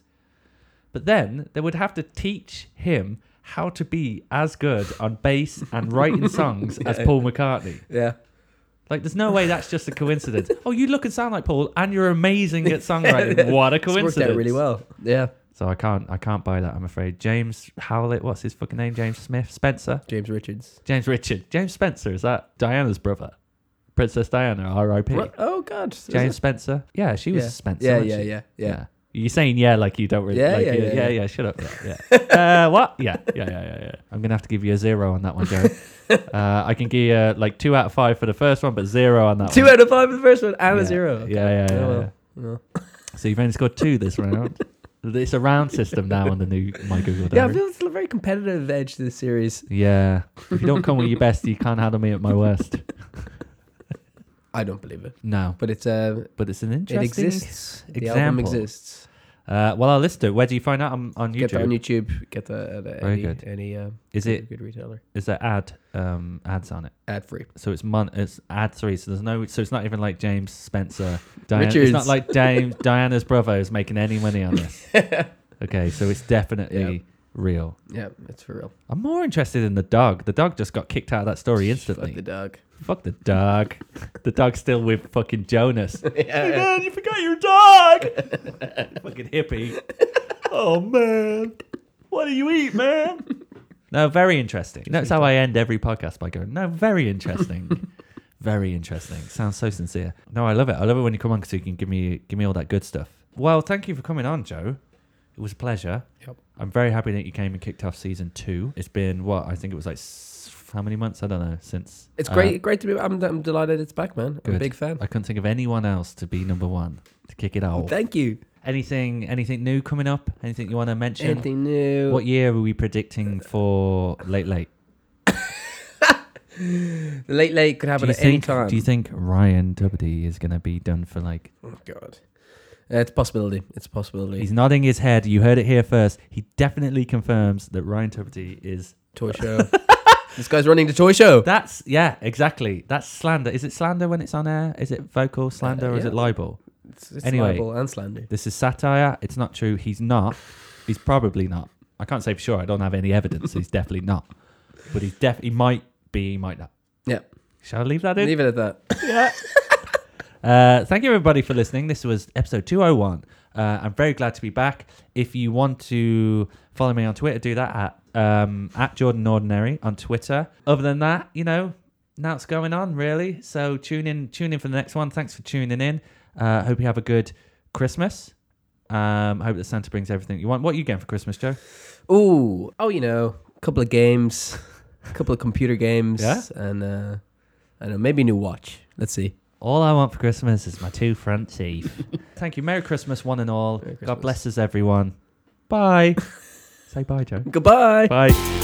A: But then they would have to teach him how to be as good on bass and writing songs as Paul McCartney.
B: Yeah,
A: Like, there's no way that's just a coincidence. oh, you look and sound like Paul, and you're amazing at songwriting. What a coincidence!
B: it's worked out really well. Yeah,
A: So I can't I can't buy that, I'm afraid. James Howlett, what's his fucking name? James Smith? Spencer?
B: James Richards.
A: James Richard. James Spencer, is that Diana's brother? Princess Diana, R.I.P.
B: What? Oh God, Is
A: James
B: it?
A: Spencer? Yeah, she was
B: Yeah.
A: Spencer.
B: Yeah,
A: wasn't
B: yeah,
A: she?
B: yeah, yeah.
A: You're saying yeah like you don't really
B: Yeah,
A: like
B: yeah,
A: you-
B: yeah, yeah.
A: shut up. Yeah, yeah. uh, what? Yeah, yeah, yeah, yeah, yeah. I'm gonna have to give you a zero on that one, Joe. uh, I can give you uh, like two out of five for the first one, but zero on that
B: Two
A: one.
B: out of five for the first one. I'm
A: yeah.
B: a zero. Okay.
A: Yeah, yeah, yeah.
B: Oh, well.
A: yeah.
B: Well.
A: So you've only scored two this round. it's a round system now on the new My Google
B: Yeah, I
A: Diary.
B: feel it's a very competitive edge to this series.
A: Yeah. If you don't come with your best, you can't handle me at my worst.
B: I don't believe it,
A: No.
B: but it's uh,
A: But it's an
B: it
A: interesting
B: exists. The album
A: example.
B: exists.
A: Uh, well, I'll listen to it. Where do you find out? On, on
B: Get
A: YouTube.
B: that on YouTube. Get that at uh,
A: Very
B: any
A: good.
B: any uh,
A: Is it
B: good retailer.
A: is there ad um ads on it?
B: Ad free.
A: So it's mon- it's ad three. So there's no. So it's not even like James Spencer. Diana, it's
B: Richards.
A: not like James Diana's brother is making any money on this. okay, so it's definitely
B: Yeah.
A: real.
B: Yeah, it's for real.
A: I'm more interested in the dog. The dog just got kicked out of that story instantly.
B: Fuck the dog.
A: Fuck the dog. the dog's still with fucking Jonas.
B: Yeah.
A: Hey man, you forgot your dog. fucking hippie. Oh man, what do you eat, man? No, very interesting. That's how I end every podcast by going, no, very interesting. very interesting. Sounds so sincere. No, I love it. I love it when you come on because you can give me give me all that good stuff. Well, thank you for coming on, Joe. It was a pleasure.
B: Yep.
A: I'm very happy that you came and kicked off season two. It's been what I think it was like s- how many months? I don't know since.
B: It's
A: uh,
B: great, great to be. I'm, I'm delighted it's back, man. I'm a
A: Good.
B: big fan.
A: I couldn't think of anyone else to be number one to kick it off.
B: Thank you.
A: Anything, anything new coming up? Anything you want to mention?
B: Anything new? Uh,
A: What year are we predicting for late late?
B: the late late could happen
A: do you
B: at any
A: think?
B: time.
A: Do you think Ryan Doherty is going to be done for like?
B: oh God, uh, it's a possibility. It's a possibility.
A: He's nodding his head. You heard it here first. He definitely confirms that Ryan Doherty is.
B: toy show. this guy's running the toy show.
A: That's yeah, exactly. That's slander. Is it slander when it's on air? Is it vocal slander or is
B: Uh, yeah.
A: it libel?
B: It's, it's
A: Anyway.
B: libel and slander.
A: This is satire. It's not true. He's not. He's probably not. I can't say for sure. I don't have any evidence. He's definitely not. But he's def. He might be. He might not.
B: Yeah,
A: Shall I leave that in?
B: leave it at that.
A: Uh, thank you everybody for listening. This was episode 201. Uh, I'm very glad to be back. If you want to follow me on Twitter, do that at um, at Jordan Ordinary on Twitter. Other than that, you know, now it's going on really. So tune in, tune in for the next one. Thanks for tuning in. Uh, hope you have a good Christmas. Um, hope that Santa brings everything you want. What are you getting for Christmas, Joe?
B: Ooh, oh, you know, a couple of games, a couple of computer games,
A: Yeah?
B: and uh, I don't know, maybe a new watch. Let's see.
A: All I want for Christmas is my two front teeth. Thank you. Merry Christmas, one and all.
B: Merry
A: God
B: Christmas.
A: blesses everyone. Bye. Say bye, Joe.
B: Goodbye.
A: Bye.